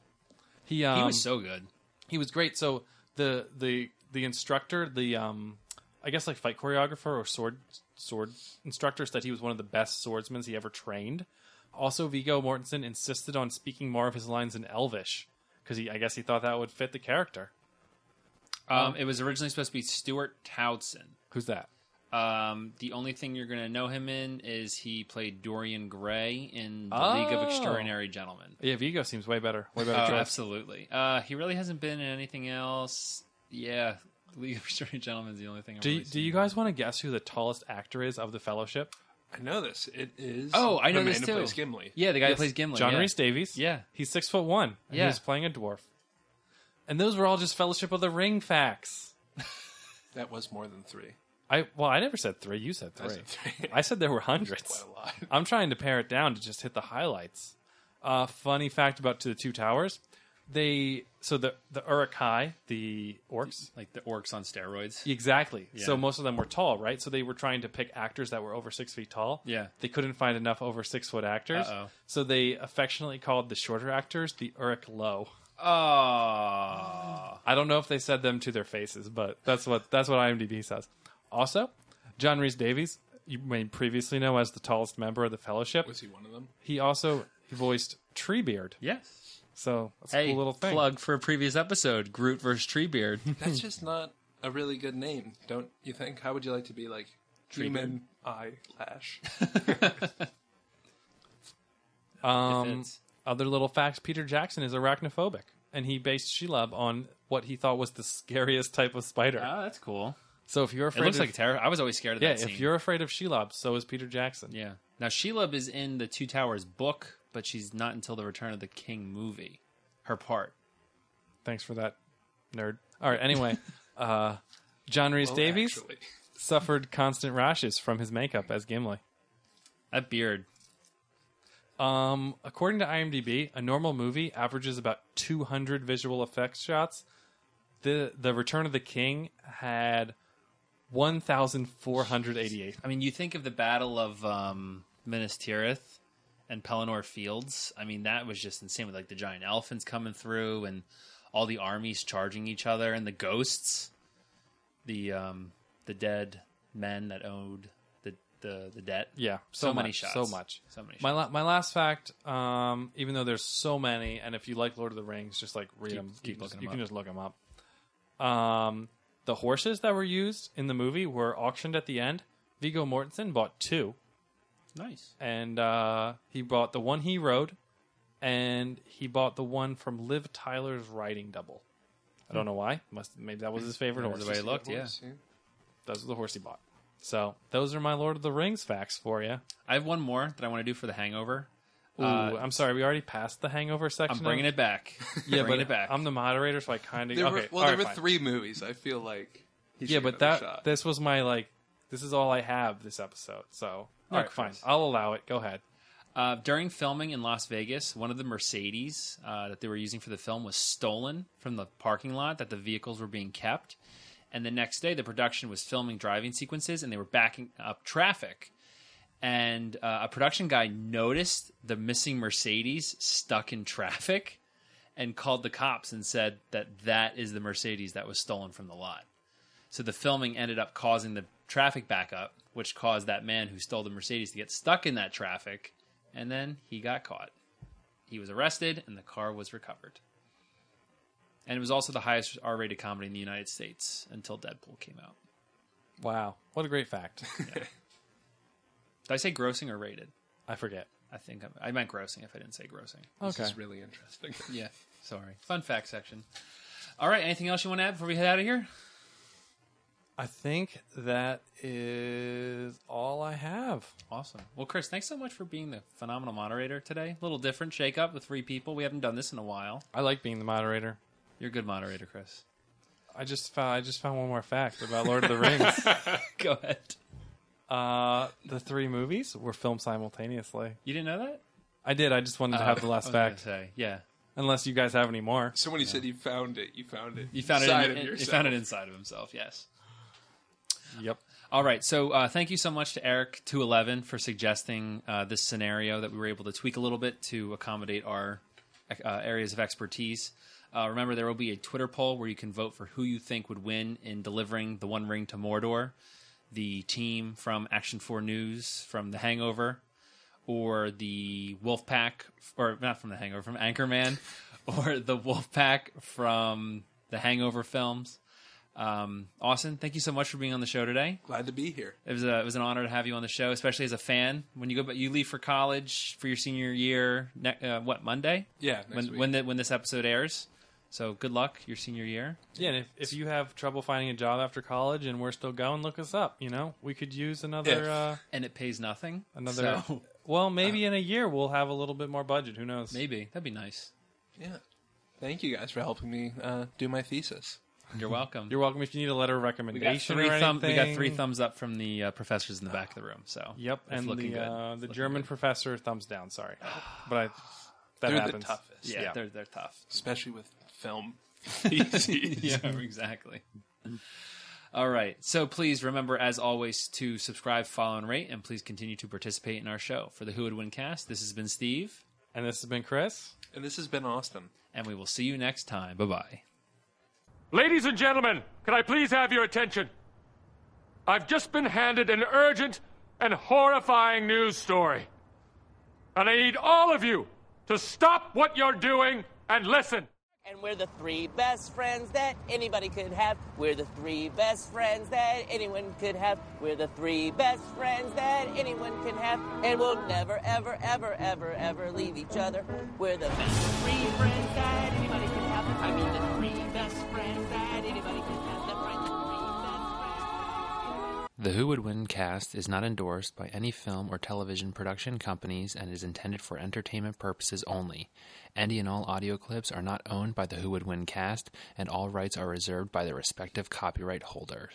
[SPEAKER 5] he, um,
[SPEAKER 4] he was so good.
[SPEAKER 5] he was great. So the the the instructor, the um, I guess like fight choreographer or sword sword instructor said he was one of the best swordsmen he ever trained. Also, Vigo Mortensen insisted on speaking more of his lines in Elvish because he I guess he thought that would fit the character. Oh.
[SPEAKER 4] Um, it was originally supposed to be Stuart Towson.
[SPEAKER 5] Who's that?
[SPEAKER 4] Um, the only thing you're going to know him in is he played Dorian Gray in The League
[SPEAKER 5] Oh.
[SPEAKER 4] of Extraordinary Gentlemen.
[SPEAKER 5] Yeah, Vigo seems way better. Way better.
[SPEAKER 4] Oh,
[SPEAKER 5] choice.
[SPEAKER 4] absolutely. Uh, he really hasn't been in anything else. Yeah, The League of Extraordinary Gentlemen is the only thing. I've
[SPEAKER 5] Do,
[SPEAKER 4] really
[SPEAKER 5] do
[SPEAKER 4] seen.
[SPEAKER 5] you guys want to guess who the tallest actor is of the Fellowship?
[SPEAKER 6] I know this. It is.
[SPEAKER 4] Oh, I know
[SPEAKER 6] the
[SPEAKER 4] this
[SPEAKER 6] man
[SPEAKER 4] too.
[SPEAKER 6] Who plays Gimli.
[SPEAKER 4] Yeah, the guy who plays Gimli.
[SPEAKER 5] John
[SPEAKER 4] yeah.
[SPEAKER 5] Rhys Davies.
[SPEAKER 4] Yeah.
[SPEAKER 5] he's six foot one. and
[SPEAKER 4] Yeah.
[SPEAKER 5] he's playing a dwarf. And those were all just Fellowship of the Ring facts.
[SPEAKER 6] That was more than three.
[SPEAKER 5] I well, I never said three. You said three. <laughs> I
[SPEAKER 6] said
[SPEAKER 5] said, there were hundreds.
[SPEAKER 6] Quite a
[SPEAKER 5] <laughs>
[SPEAKER 6] lot.
[SPEAKER 5] I'm trying to pare it down to just hit the highlights. Uh, funny fact about to the two towers, they so the the Urukai, the orcs,
[SPEAKER 4] like the orcs on steroids.
[SPEAKER 5] Exactly.
[SPEAKER 4] Yeah.
[SPEAKER 5] So most of them were tall, right? So they were trying to pick actors that were over six feet tall.
[SPEAKER 4] Yeah.
[SPEAKER 5] They couldn't find enough over six foot actors.
[SPEAKER 4] Uh-oh.
[SPEAKER 5] So they affectionately called the shorter actors the Uruk Low.
[SPEAKER 4] Oh.
[SPEAKER 5] I don't know if they said them to their faces, but that's what that's what IMDb says. Also, John Rhys Davies, you may previously know as the tallest member of the Fellowship.
[SPEAKER 6] Was he one of them?
[SPEAKER 5] He also he voiced Treebeard.
[SPEAKER 4] Yes.
[SPEAKER 5] So that's
[SPEAKER 4] hey,
[SPEAKER 5] a cool little thing.
[SPEAKER 4] plug for a previous episode: Groot versus Treebeard.
[SPEAKER 5] <laughs>
[SPEAKER 6] That's just not a really good name, don't you think? How would you like to be like Dreamin' Eyelash?
[SPEAKER 5] Um, other little facts: Peter Jackson is arachnophobic, and he based Shelob on what he thought was the scariest type of spider.
[SPEAKER 4] Oh, that's cool.
[SPEAKER 5] So if you're
[SPEAKER 4] It
[SPEAKER 5] afraid,
[SPEAKER 4] looks
[SPEAKER 5] of,
[SPEAKER 4] like terror. I was always scared of
[SPEAKER 5] yeah,
[SPEAKER 4] that scene.
[SPEAKER 5] if you're afraid of Shelob, so is Peter Jackson.
[SPEAKER 4] Yeah. Now Shelob is in the Two Towers book, but she's not until the Return of the King movie. Her part.
[SPEAKER 5] Thanks for that, nerd. All right.
[SPEAKER 4] <laughs>
[SPEAKER 5] Anyway, uh, John Rhys
[SPEAKER 4] Well,
[SPEAKER 5] Davies
[SPEAKER 4] actually.
[SPEAKER 5] suffered constant rashes from his makeup as Gimli.
[SPEAKER 4] That beard.
[SPEAKER 5] Um, according to IMDb, a normal movie averages about 200 visual effects shots. The The Return of the King had 1,488.
[SPEAKER 4] I mean, you think of the Battle of um, Minas Tirith and Pelennor Fields. I mean, that was just insane with like the giant elephants coming through and all the armies charging each other and the ghosts, the um, the dead men that owed the the, the debt.
[SPEAKER 5] Yeah,
[SPEAKER 4] so,
[SPEAKER 5] so,
[SPEAKER 4] many
[SPEAKER 5] much,
[SPEAKER 4] shots,
[SPEAKER 5] so much,
[SPEAKER 4] so many.
[SPEAKER 5] My
[SPEAKER 4] shots.
[SPEAKER 5] la- my last fact, um, even though there's so many, and if you like Lord of the Rings, just like read
[SPEAKER 4] Keep-
[SPEAKER 5] them.
[SPEAKER 4] keep
[SPEAKER 5] you can just-
[SPEAKER 4] looking 'em
[SPEAKER 5] You
[SPEAKER 4] up.
[SPEAKER 5] can just look them up. Um, the horses that were used in the movie were auctioned at the end. Vigo Mortensen bought two,
[SPEAKER 4] nice.
[SPEAKER 5] and uh, he bought the one he rode, and he bought the one from Liv Tyler's riding double. I don't
[SPEAKER 4] Hmm.
[SPEAKER 5] know why. Must maybe that was his favorite
[SPEAKER 4] Maybe
[SPEAKER 5] horse.
[SPEAKER 4] the way it looked, yeah.
[SPEAKER 5] That was the horse he bought. So those are my Lord of the Rings facts for you.
[SPEAKER 4] I have one more that I want to do for the Hangover.
[SPEAKER 5] Ooh,
[SPEAKER 4] Uh,
[SPEAKER 5] I'm sorry, we already passed the hangover section.
[SPEAKER 4] I'm bringing
[SPEAKER 5] of-
[SPEAKER 4] it back.
[SPEAKER 5] Yeah,
[SPEAKER 4] bringing
[SPEAKER 5] but
[SPEAKER 4] it back.
[SPEAKER 5] I'm the moderator, so I kind of
[SPEAKER 6] There
[SPEAKER 5] okay.
[SPEAKER 6] were, well,
[SPEAKER 5] all
[SPEAKER 6] there
[SPEAKER 5] right,
[SPEAKER 6] were
[SPEAKER 5] fine.
[SPEAKER 6] three movies. I feel like he
[SPEAKER 5] Yeah,
[SPEAKER 6] should
[SPEAKER 5] but
[SPEAKER 6] give it a
[SPEAKER 5] that
[SPEAKER 6] shot.
[SPEAKER 5] this was my like this is all I have this episode. So
[SPEAKER 4] No,
[SPEAKER 5] all right, fine, I'll allow it. Go ahead.
[SPEAKER 4] Uh, during filming in Las Vegas, one of the Mercedes uh, that they were using for the film was stolen from the parking lot that the vehicles were being kept. And the next day, the production was filming driving sequences and they were backing up traffic. And uh, a production guy noticed the missing Mercedes stuck in traffic and called the cops and said that that is the Mercedes that was stolen from the lot. So the filming ended up causing the traffic backup, which caused that man who stole the Mercedes to get stuck in that traffic, and then he got caught. He was arrested, and the car was recovered. And it was also the highest R-rated comedy in the United States until Deadpool came out.
[SPEAKER 5] Wow, what a great <laughs> fact.
[SPEAKER 4] Did I say grossing or rated?
[SPEAKER 5] I forget.
[SPEAKER 4] I think I'm, I meant grossing. If I didn't say grossing,
[SPEAKER 6] This is really interesting.
[SPEAKER 4] yeah. Sorry. Fun fact section. All right. Anything else you want to add before we head out of here?
[SPEAKER 5] I think that is all I have.
[SPEAKER 4] Awesome. Well, Chris, thanks so much for being the phenomenal moderator today. A little different shake up with three people. We haven't done this in a while.
[SPEAKER 5] I like being the moderator.
[SPEAKER 4] You're a good moderator, Chris.
[SPEAKER 5] I just found I just found one more fact about Lord of the <laughs> Rings.
[SPEAKER 4] Go ahead.
[SPEAKER 5] Uh, the three movies were filmed simultaneously.
[SPEAKER 4] You didn't know that?
[SPEAKER 5] I did. I just wanted to
[SPEAKER 4] Oh,
[SPEAKER 5] have the
[SPEAKER 4] I
[SPEAKER 5] last
[SPEAKER 4] was gonna
[SPEAKER 5] fact.
[SPEAKER 4] say, yeah.
[SPEAKER 5] Unless you guys have any more.
[SPEAKER 6] So when he said you found it, you found it.
[SPEAKER 4] You found it.
[SPEAKER 6] inside
[SPEAKER 4] In,
[SPEAKER 6] of
[SPEAKER 4] in- you
[SPEAKER 6] yourself.
[SPEAKER 4] found it inside of himself. Yes.
[SPEAKER 5] Yep.
[SPEAKER 4] All right. So uh, thank you so much to Eric two eleven for suggesting uh, this scenario that we were able to tweak a little bit to accommodate our uh, areas of expertise. Uh, remember, there will be a Twitter poll where you can vote for who you think would win in delivering the One Ring to Mordor, the team from Action Four News from The Hangover, or the Wolfpack, or not from The Hangover, from Anchorman, <laughs> or the Wolfpack from the Hangover films. Um, Austin, thank you so much for being on the show today.
[SPEAKER 6] Glad to be here.
[SPEAKER 4] It was a, it was an honor to have you on the show, especially as a fan. When you go, but you leave for college for your senior year. Ne- uh, what Monday?
[SPEAKER 6] Yeah, next
[SPEAKER 4] when
[SPEAKER 6] week.
[SPEAKER 4] when the, when this episode airs. So good luck your senior year.
[SPEAKER 5] Yeah, and if, if you have trouble finding a job after college and we're still going, look us up. You know, we could use another.
[SPEAKER 4] If.
[SPEAKER 5] Uh,
[SPEAKER 4] and it pays nothing.
[SPEAKER 5] Another.
[SPEAKER 4] So-
[SPEAKER 3] uh,
[SPEAKER 5] Well, maybe in a year we'll have a little bit more budget. Who knows?
[SPEAKER 4] Maybe that'd be nice.
[SPEAKER 6] Yeah. Thank you guys for helping me uh, do my thesis.
[SPEAKER 3] You're welcome.
[SPEAKER 5] <laughs> You're welcome. If you need a letter of
[SPEAKER 3] We got
[SPEAKER 5] recommendation,
[SPEAKER 3] three
[SPEAKER 5] or
[SPEAKER 3] thumb- we got
[SPEAKER 5] anything-
[SPEAKER 3] three thumbs up from the uh, professors in the back of the room. So
[SPEAKER 5] Yep,
[SPEAKER 3] it's
[SPEAKER 5] and
[SPEAKER 3] looking
[SPEAKER 5] the
[SPEAKER 3] good.
[SPEAKER 5] uh, the German professor thumbs
[SPEAKER 3] <sighs>
[SPEAKER 5] down. Sorry, but I, that
[SPEAKER 6] they're
[SPEAKER 5] happens.
[SPEAKER 6] the toughest.
[SPEAKER 5] Yeah,
[SPEAKER 3] they're they're tough,
[SPEAKER 6] especially with film.
[SPEAKER 3] <laughs> yeah, exactly. All right. So please remember, as always, to subscribe, follow, and rate, and please continue to participate in our show. For the Who Would Win cast, this has been Steve.
[SPEAKER 5] And this has been Chris.
[SPEAKER 6] And this has been Austin.
[SPEAKER 3] And we will see you next time. Bye bye.
[SPEAKER 7] Ladies and gentlemen, can I please have your attention? I've just been handed an urgent and horrifying news story. And I need all of you to stop what you're doing and listen.
[SPEAKER 8] And we're the three best friends that anybody could have. We're the three best friends that anyone could have. We're the three best friends that anyone can have. And we'll never, ever, ever, ever, ever leave each other. We're the best three friends that anybody can have. I mean, the three best friends that anybody can have. The friend, the three best
[SPEAKER 4] The Who Would Win cast is not endorsed by any film or television production companies and is intended for entertainment purposes only. Any and all audio clips are not owned by the Who Would Win cast, and all rights are reserved by their respective copyright holders.